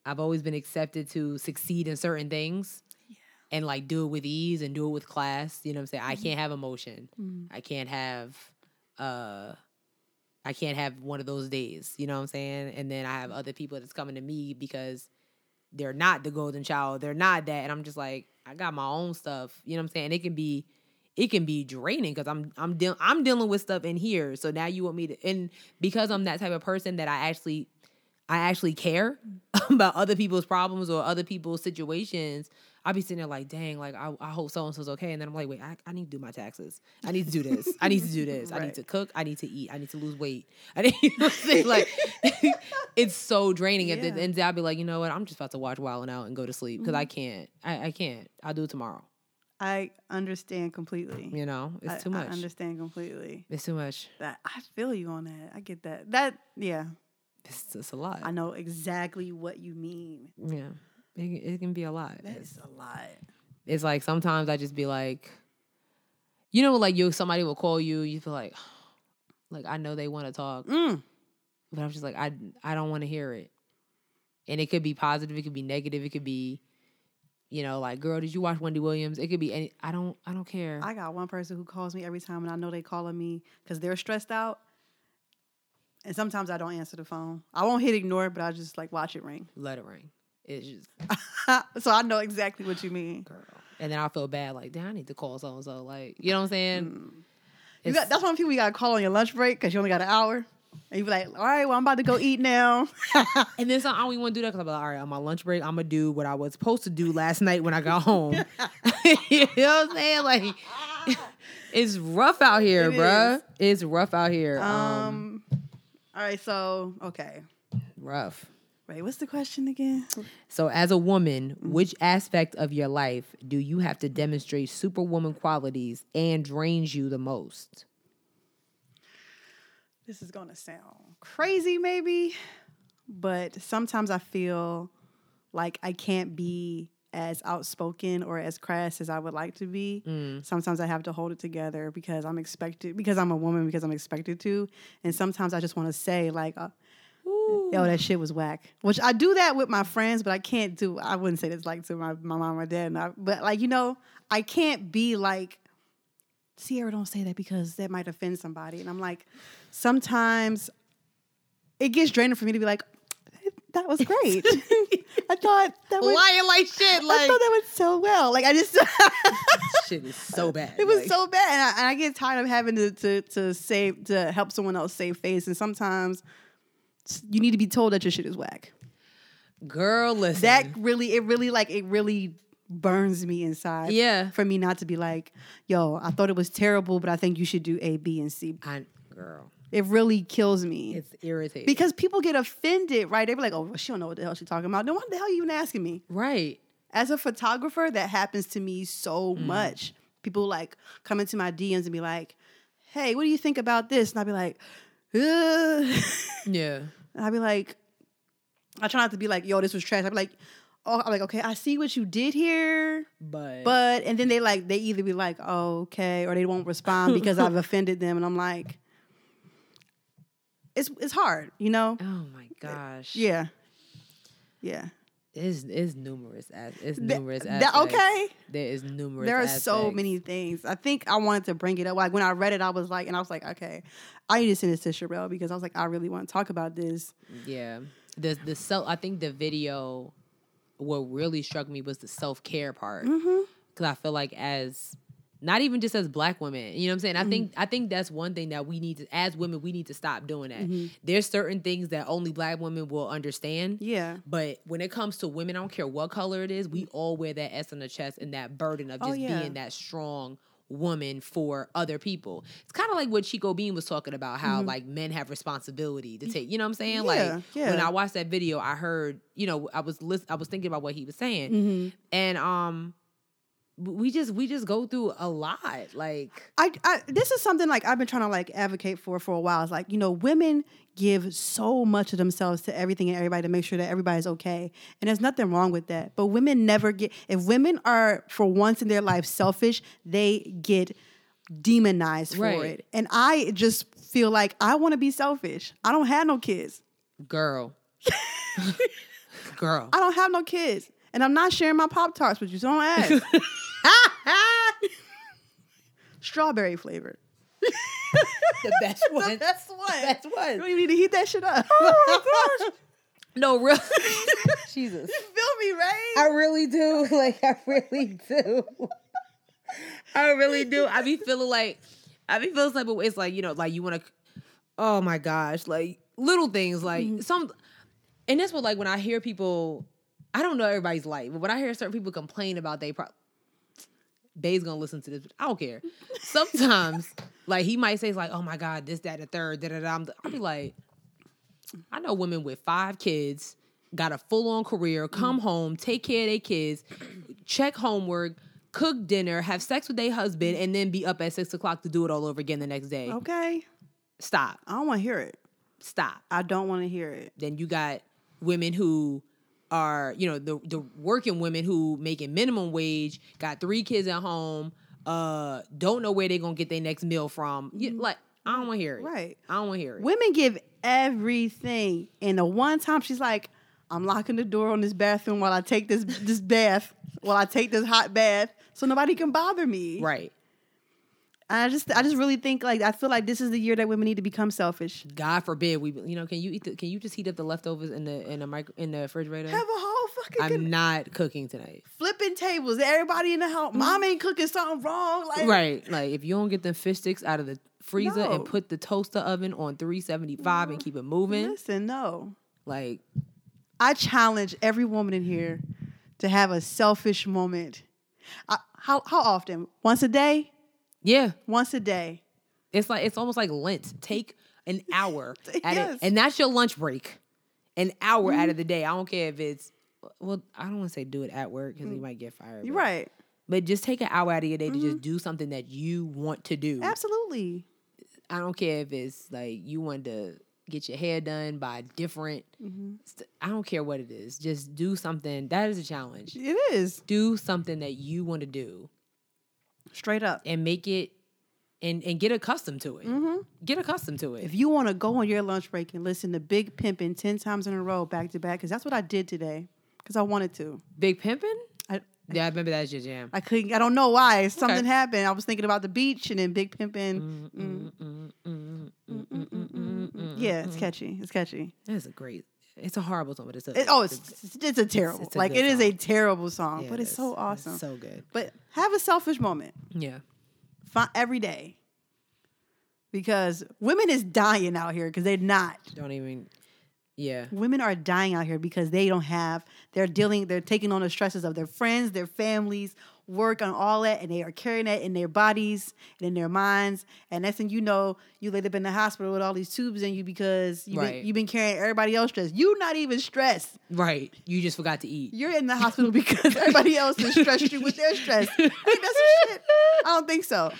S1: I've always been accepted to succeed in certain things. And like do it with ease and do it with class. You know what I'm saying? I can't have emotion. I can't have uh I can't have one of those days, you know what I'm saying? And then I have other people that's coming to me because they're not the golden child, they're not that and I'm just like I got my own stuff, you know what I'm saying? It can be it can be draining cuz I'm I'm deal I'm dealing with stuff in here. So now you want me to and because I'm that type of person that I actually I actually care about other people's problems or other people's situations. I'll be sitting there like, dang, like I, I hope so and so's okay. And then I'm like, wait, I, I need to do my taxes. I need to do this. I need to do this. I
S2: Right.
S1: need to cook. I need to eat. I need to lose weight. I need you know what I'm saying? like it's so draining. At the
S2: Yeah.
S1: end, I'll be like, you know what? I'm just about to watch Wild and Out and go to sleep because I
S2: Mm-hmm.
S1: can't. I, I can't. I'll do it tomorrow.
S2: I understand completely.
S1: You know, it's
S2: I-
S1: too much.
S2: I understand completely.
S1: It's too much.
S2: That I feel you on that. I get that. That yeah.
S1: It's, it's a lot.
S2: I know exactly what you mean.
S1: yeah, it, it can be a lot.
S2: That
S1: It's-
S2: is a lot.
S1: it's like sometimes I just be like, you know, like you somebody will call you, you feel like, like I know they want to talk,
S2: Mm.
S1: but I'm just like I I don't want to hear it, and it could be positive, it could be negative, it could be, you know, like girl, did you watch Wendy Williams? It could be any. I don't I don't care.
S2: I got one person who calls me every time, and I know they calling me because they're stressed out. And sometimes I don't answer the phone. I won't hit ignore, but I just like watch it ring.
S1: Let it ring. It's just
S2: so I know exactly what you mean.
S1: girl, and then I feel bad like, damn, I need to call so and so. Like you know what I'm saying?
S2: You
S1: It's-
S2: got, that's one people Mm. you gotta call on your lunch break because you only got an hour, and you be like, "All right, well I'm about to go eat now."
S1: And then so I don't even want to do that because I'm like, all right, on my lunch break, I'm gonna do what I was supposed to do last night when I got home. you know what I'm saying? Like, it's rough out here,
S2: It
S1: bruh. It's rough out here. Um,
S2: um. All right. So okay.
S1: rough.
S2: Wait, what's the question again?
S1: So, as a woman,
S2: mm.
S1: which aspect of your life do you have to demonstrate superwoman qualities and drains you the most?
S2: This is gonna sound crazy, maybe, but sometimes I feel like I can't be as outspoken or as crass as I would like to be. Sometimes I have to hold it together because I'm expected because I'm a woman because I'm expected to, and sometimes I just want to say like. Uh, Yo, that shit was whack. Which I do that with my friends, but I can't do. I wouldn't say this like to my, my mom or dad. And I, but like you know, I can't be like Sierra. Don't say that because that might offend somebody. And I'm like, sometimes it gets draining for me to be like, that was great. I thought that was.
S1: Lying like shit.
S2: I
S1: Like
S2: thought that went so well. Like I just,
S1: shit is so bad.
S2: it was
S1: like-
S2: so bad, and I, and I get tired of having to, to to save to help someone else save face. And sometimes s- you need to be told that your shit is whack.
S1: girl. Listen,
S2: That really, it really like it really burns me inside.
S1: Yeah.
S2: for me not to be like, yo, I thought it was terrible, but I think you should do A, B, and C.
S1: I, girl,
S2: It really kills me.
S1: it's irritating.
S2: because people get offended, right? They be like, "Oh, well, she don't know what the hell she's talking about." Then why the hell are you even asking me?
S1: right,
S2: as a photographer, that happens to me so much. People like come into my DMs and be like, "Hey, what do you think about this?" And I'd be like, Ugh.
S1: yeah,
S2: and I'd be like, I try not to be like, "Yo, this was trash." I'd be like, "Oh, I'm like, okay, I see what you did here."
S1: but
S2: But and then they like they either be like, oh, okay, or they won't respond because I've offended them, and I'm like, it's it's hard, you know?
S1: oh my gosh,
S2: Yeah, yeah.
S1: it's, it's numerous as it's
S2: Th-
S1: numerous
S2: th-
S1: aspects.
S2: okay.
S1: there is numerous.
S2: there are so
S1: aspects.
S2: many things. I think I wanted to bring it up. Like when I read it, I was like, and I was like, okay, I need to send this to Sherelle because I was like, I really want to talk about this.
S1: Yeah. The the self I think the video what really struck me was the self-care part. Cuz I feel like as not even just as black women, you know what I'm saying? I think I think that's one thing that we need to as women we need to stop doing that. There's certain things that only black women will understand.
S2: Yeah.
S1: But when it comes to women, I don't care what color it is, we all wear that S on the chest and that burden of
S2: Oh,
S1: just
S2: yeah.
S1: being that strong woman for other people. It's kind of like what Chico Bean was talking about,
S2: Mm-hmm.
S1: how like men have responsibility to take. You know what I'm saying?
S2: Yeah,
S1: like when
S2: yeah.
S1: I watched that video, I heard, you know, I was list- I was thinking about what he was saying,
S2: Mm-hmm.
S1: and um, we just we just go through a lot, like
S2: I, I this is something like I've been trying to like advocate for for a while. It's like you know women give so much of themselves to everything and everybody to make sure that everybody's okay, and there's nothing wrong with that. But women never get if women are for once in their life selfish, they get demonized for
S1: Right.
S2: it. And I just feel like I want to be selfish. I don't have no kids.
S1: girl, girl.
S2: I don't have no kids, and I'm not sharing my pop tarts with you. So don't ask. Strawberry flavored.
S1: the best one.
S2: That's one.
S1: That's one.
S2: You don't even need to heat that shit up.
S1: No, real. Jesus.
S2: You feel me, right?
S1: I really do. Like I really do. I really do. I be feeling like I be feeling like but it's like, you know, like you wanna oh my gosh, like little things like some and that's what like when I hear people I don't know everybody's life, but when I hear certain people complain about they pro Bay's gonna listen to this, but I don't care. Sometimes like he might say it's like, oh my God, this, that, and the third, da da da. I'm th- I'll be like, I know women with five kids, got a full on career, come home, take care of their kids, check homework, cook dinner, have sex with their husband, and then be up at six o'clock to do it all over again the next day.
S2: Okay.
S1: Stop.
S2: I don't want to hear it.
S1: Stop.
S2: I don't want to hear it.
S1: Then you got women who are, you know, the the working women who making minimum wage, got three kids at home, uh, don't know where they're gonna get their next meal from. You, like, I don't wanna hear it.
S2: Mm-hmm. Right.
S1: I don't wanna hear it.
S2: Women give everything, and the one time she's like, "I'm locking the door on this bathroom while I take this this bath, while I take this hot bath, so nobody can bother me."
S1: Right.
S2: And I just, I just really think like I feel like this is the year that women need to become selfish.
S1: God forbid we, you know, can you eat? The, can you just heat up the leftovers in the in the micro in the refrigerator?
S2: Have a whole fucking
S1: I'm not cooking tonight.
S2: flipping tables. Everybody in the house. Mom ain't cooking something wrong. Like
S1: Right, like if you don't get them fish sticks out of the freezer
S2: No.
S1: and put the toaster oven on 375 and keep it moving,
S2: Listen, no.
S1: like
S2: I challenge every woman in here to have a selfish moment. I, how how often? Once a day.
S1: yeah,
S2: Once a day.
S1: it's like it's almost like Lent. Take an hour at
S2: Yes. Mm-hmm.
S1: it, and that's your lunch break. An hour out of the day. I don't care if it's well, I don't want to say do it at work because you might get fired.
S2: Mm. You're
S1: but-
S2: right. Mm-hmm.
S1: But just take an hour out of your day to just do something that you want to do.
S2: Absolutely.
S1: I don't care if it's like you wanted to get your hair done by different.
S2: Mhm.
S1: st- I don't care what it is. Just do something. That is a challenge.
S2: It is
S1: Do something that you want to do
S2: straight up.
S1: and make it, and and get accustomed to it.
S2: Mm-hmm.
S1: Get accustomed to it.
S2: If you want to go on your lunch break and listen to Big Pimpin' 10 times in a row back to back, because that's what I did today, because I wanted to.
S1: Big pimping.
S2: I,
S1: Yeah, I remember that's your jam.
S2: I couldn't, I don't know why. Something
S1: Okay.
S2: happened. I was thinking about the beach and then Big Pimpin'. mm.
S1: mm,
S2: Yeah, it's catchy. It's catchy.
S1: That's mm. a great. It's a horrible song, but it's a.
S2: It, oh, it's, it's, it's a terrible,
S1: it's a
S2: like,
S1: good
S2: it is a
S1: song.
S2: terrible song,
S1: yeah,
S2: but
S1: it
S2: it's
S1: is.
S2: so awesome.
S1: so good.
S2: but have a selfish moment
S1: Yeah.
S2: Fi- every day. Because women is dying out here because they're not.
S1: Don't even. Yeah.
S2: women are dying out here because they don't have they're dealing they're taking on the stresses of their friends their families work and all that and they are carrying that in their bodies and in their minds and next thing you know you laid up in the hospital with all these tubes in you because you've,
S1: Right.
S2: been, you've been carrying everybody else's stress you're not even stressed
S1: Right. You just forgot to eat.
S2: you're in the hospital because everybody else has stressed you with their stress ain't that some shit i don't think so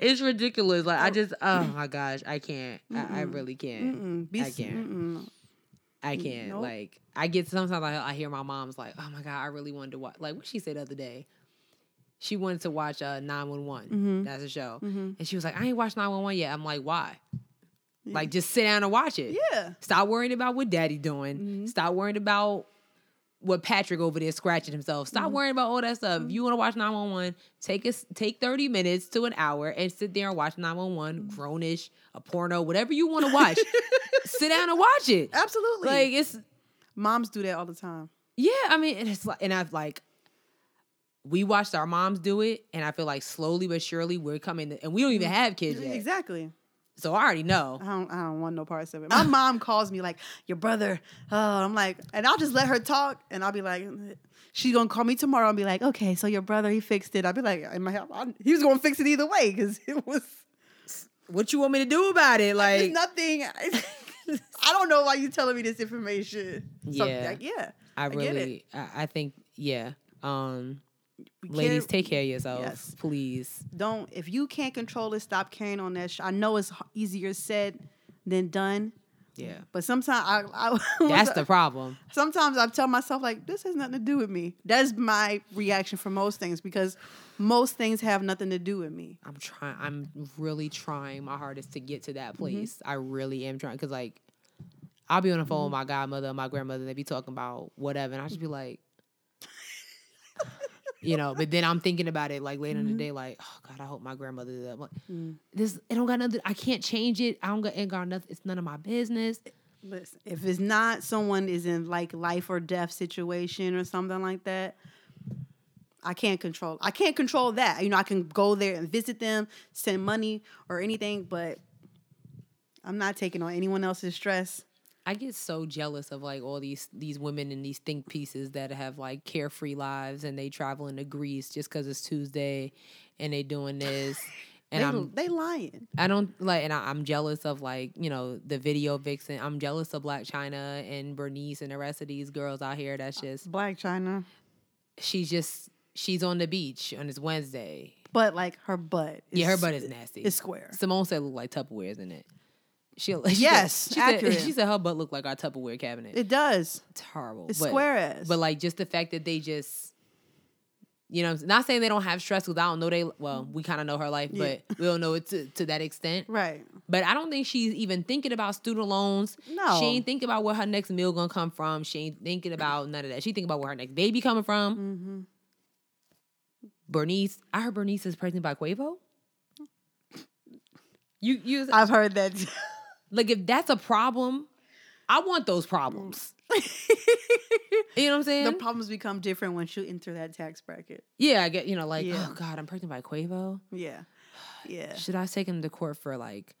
S1: It's ridiculous. Like I just. Oh my gosh. I can't. I, I really can't.
S2: Mm-mm. Be
S1: I
S2: s-
S1: can't.
S2: mm-mm.
S1: I can't.
S2: Nope.
S1: Like I get sometimes I, I hear my mom's like, oh my god, I really wanted to watch. Like what she said the other day, she wanted to watch uh nine one
S2: Mm-hmm.
S1: one. That's a show, and she was like, I ain't watched nine one one yet. I'm like, why? Like just sit down and watch it.
S2: yeah Mm-hmm.
S1: Stop worrying about what daddy doing. Stop worrying about what Patrick over there scratching himself. Stop
S2: Mm-hmm.
S1: worrying about all that stuff. If you want to watch 911, take us take 30 minutes to an hour and sit there and watch 911,
S2: Mm-hmm.
S1: grownish, a porno, whatever you want to watch. sit down and watch it.
S2: absolutely
S1: Like it's
S2: moms do that all the time
S1: yeah, I mean, and it's like, and I've like, we watched our moms do it, and I feel like slowly but surely we're coming, to, and we don't even have kids yet,
S2: Mm-hmm. exactly
S1: so I already know.
S2: I don't, I don't want no parts of it.
S1: Ah.
S2: My mom calls me like, your brother. Oh, I'm like, and I'll just let her talk, and I'll be like, she's gonna call me tomorrow and be like, okay, so your brother he fixed it. I'll be like, in my head, I- he was gonna fix it either way because it was
S1: What you want me to do about it?
S2: there's
S1: Like,
S2: nothing. I don't know why you telling me this information. So,
S1: Yeah.
S2: like, yeah.
S1: I
S2: get it.
S1: really, I, I think, yeah. Um,
S2: We
S1: ladies,
S2: can't-
S1: take care of yourselves,
S2: Yes.
S1: please.
S2: don't if you can't control it, stop carrying on that. Sh- I know it's h- easier said than done,
S1: Yeah,
S2: but sometimes I, I
S1: that's the problem.
S2: sometimes I tell myself like this has nothing to do with me. That's my reaction for most things because most things have nothing to do with me.
S1: I'm trying. I'm really trying my hardest to get to that place. I really am trying because, like, I'll be on the phone with my godmother, and my grandmother, and they be talking about whatever, and I just be like, you know. But then I'm thinking about it like later in the day, like, oh God, I hope my grandmother. Did that. I'm like, This it don't got nothing. I can't change it. I don't got, it got nothing. It's none of my business.
S2: Listen, if it's not someone is in like life or death situation or something like that, I can't control. I can't control that. You know, I can go there and visit them, send money or anything, but I'm not taking on anyone else's stress.
S1: I get so jealous of like all these these women in these think pieces that have like carefree lives and they traveling to Greece just because it's Tuesday, and they doing this. And
S2: they,
S1: I'm
S2: they lying.
S1: I don't like, and I, I'm jealous of like you know the video vixen. I'm jealous of Black China and Bernice and the rest of these girls out here.
S2: Uh,
S1: That's just
S2: Black China,
S1: she's just she's on the beach on this Wednesday.
S2: but like her butt. Is,
S1: yeah, her butt is nasty.
S2: is square.
S1: Simone said it looked like Tupperware, isn't it? She, she
S2: Yes,
S1: said, she, said-
S2: accurate.
S1: she said her butt looked like our Tupperware cabinet.
S2: It does.
S1: it's horrible.
S2: It's
S1: but-
S2: square ass.
S1: But like just the fact that they just, you know, what I'm s- not saying they don't have stress because I don't know they. Well, we kind of know her life,
S2: Yeah.
S1: but we don't know it to, to that extent.
S2: right.
S1: But I don't think she's even thinking about student loans.
S2: No.
S1: she ain't thinking about where her next meal gonna come from. She ain't thinking about none of that. She thinking about where her next baby coming from.
S2: Mm-hmm.
S1: Bernice, I heard Bernice is pregnant by Quavo. You, you
S2: I've heard that. too.
S1: like if that's a problem, I want those problems. You know what I'm saying?
S2: the problems become different once you enter that tax bracket.
S1: yeah, I get you know like
S2: Yeah.
S1: oh god, I'm pregnant by Quavo.
S2: Yeah. Yeah.
S1: Should I take him to court for like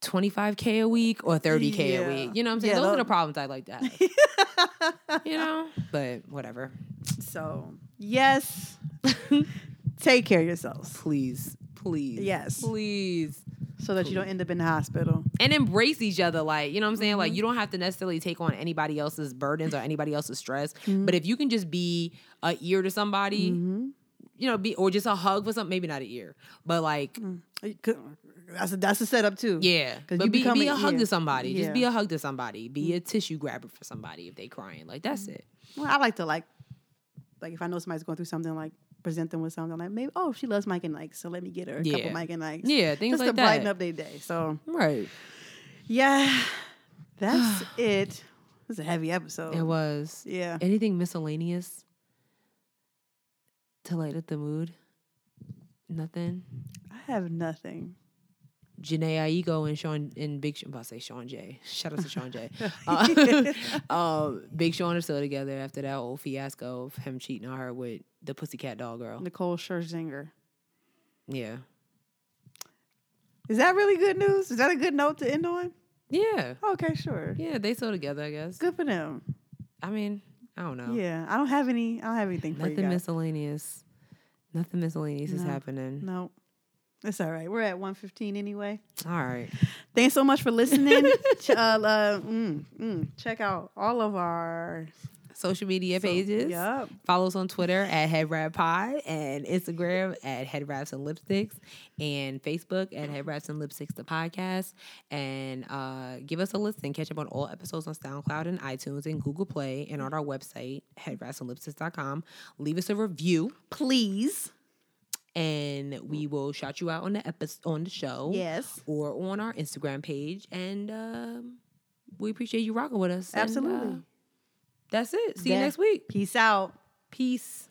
S1: 25k a week or 30k
S2: Yeah.
S1: a week? You know what I'm saying?
S2: Yeah,
S1: Those
S2: tho-
S1: are the problems I like to have. you know, but whatever.
S2: So, yes, take care of yourselves
S1: Please, please,
S2: Yes.
S1: please,
S2: so that you don't end up in the hospital.
S1: and embrace each other. Like you know what I'm saying?
S2: Mm-hmm.
S1: Like you don't have to necessarily take on anybody else's burdens or anybody else's stress.
S2: Mm-hmm.
S1: But if you can just be a ear to Mm-hmm. somebody, you know, be or just a hug for something. Maybe not an ear, but like
S2: A That's a, that's a setup too.
S1: Yeah,
S2: Mm-hmm. 'Cause
S1: but
S2: you
S1: be,
S2: become
S1: be
S2: a-
S1: a hug
S2: yeah.
S1: to somebody.
S2: Yeah. Mm-hmm.
S1: Just be a hug to somebody. Be a tissue grabber for somebody if they crying. Like that's it.
S2: Well, I like to like, like if I know somebody's going through something, like present them with something. Like maybe oh she loves Mike and Ike, so let me get her a couple
S1: Yeah.
S2: Mike and Ike.
S1: Yeah, things
S2: just
S1: like
S2: to brighten
S1: that.
S2: up their day. So
S1: Right.
S2: yeah, that's it. It's a heavy episode.
S1: It was
S2: Yeah.
S1: anything miscellaneous to light up the mood. Nothing.
S2: I have nothing.
S1: Janae Aiko and Sean and Big Sean. I'm about to say Sean J. Shout out to Sean J. Uh, um, Big Sean are still together after that old fiasco of him cheating on her with the pussycat doll girl.
S2: Nicole Scherzinger.
S1: Yeah.
S2: Is that really good news? Is that a good note to end on?
S1: Yeah.
S2: Okay, sure.
S1: Yeah, they still together, I guess.
S2: Good for them.
S1: I mean, I don't know.
S2: Yeah, I don't have any. I don't have anything for you
S1: Oh. Nothing
S2: guys.
S1: miscellaneous. Nothing miscellaneous is
S2: No.
S1: happening.
S2: no, it's all right. We're at one fifteen anyway.
S1: All right.
S2: Thanks so much for listening. Ch- uh, uh, mm, mm, check out all of our
S1: Social media pages.
S2: Yep.
S1: Follow us on Twitter at Head Wrap Pod and Instagram at Head Wraps and Lipsticks and Facebook at Head Wraps and Lipsticks the podcast. And uh, give us a listen. Catch up on all episodes on SoundCloud and iTunes and Google Play and on our website, headwrapsandlipsticks.com. Leave us a review
S2: Please.
S1: and we will shout you out on the episode on the show.
S2: Yes.
S1: or on our Instagram page. And um, we appreciate you rocking with us. And, uh,
S2: Absolutely.
S1: that's it. See
S2: That-
S1: you next week.
S2: Peace out.
S1: Peace.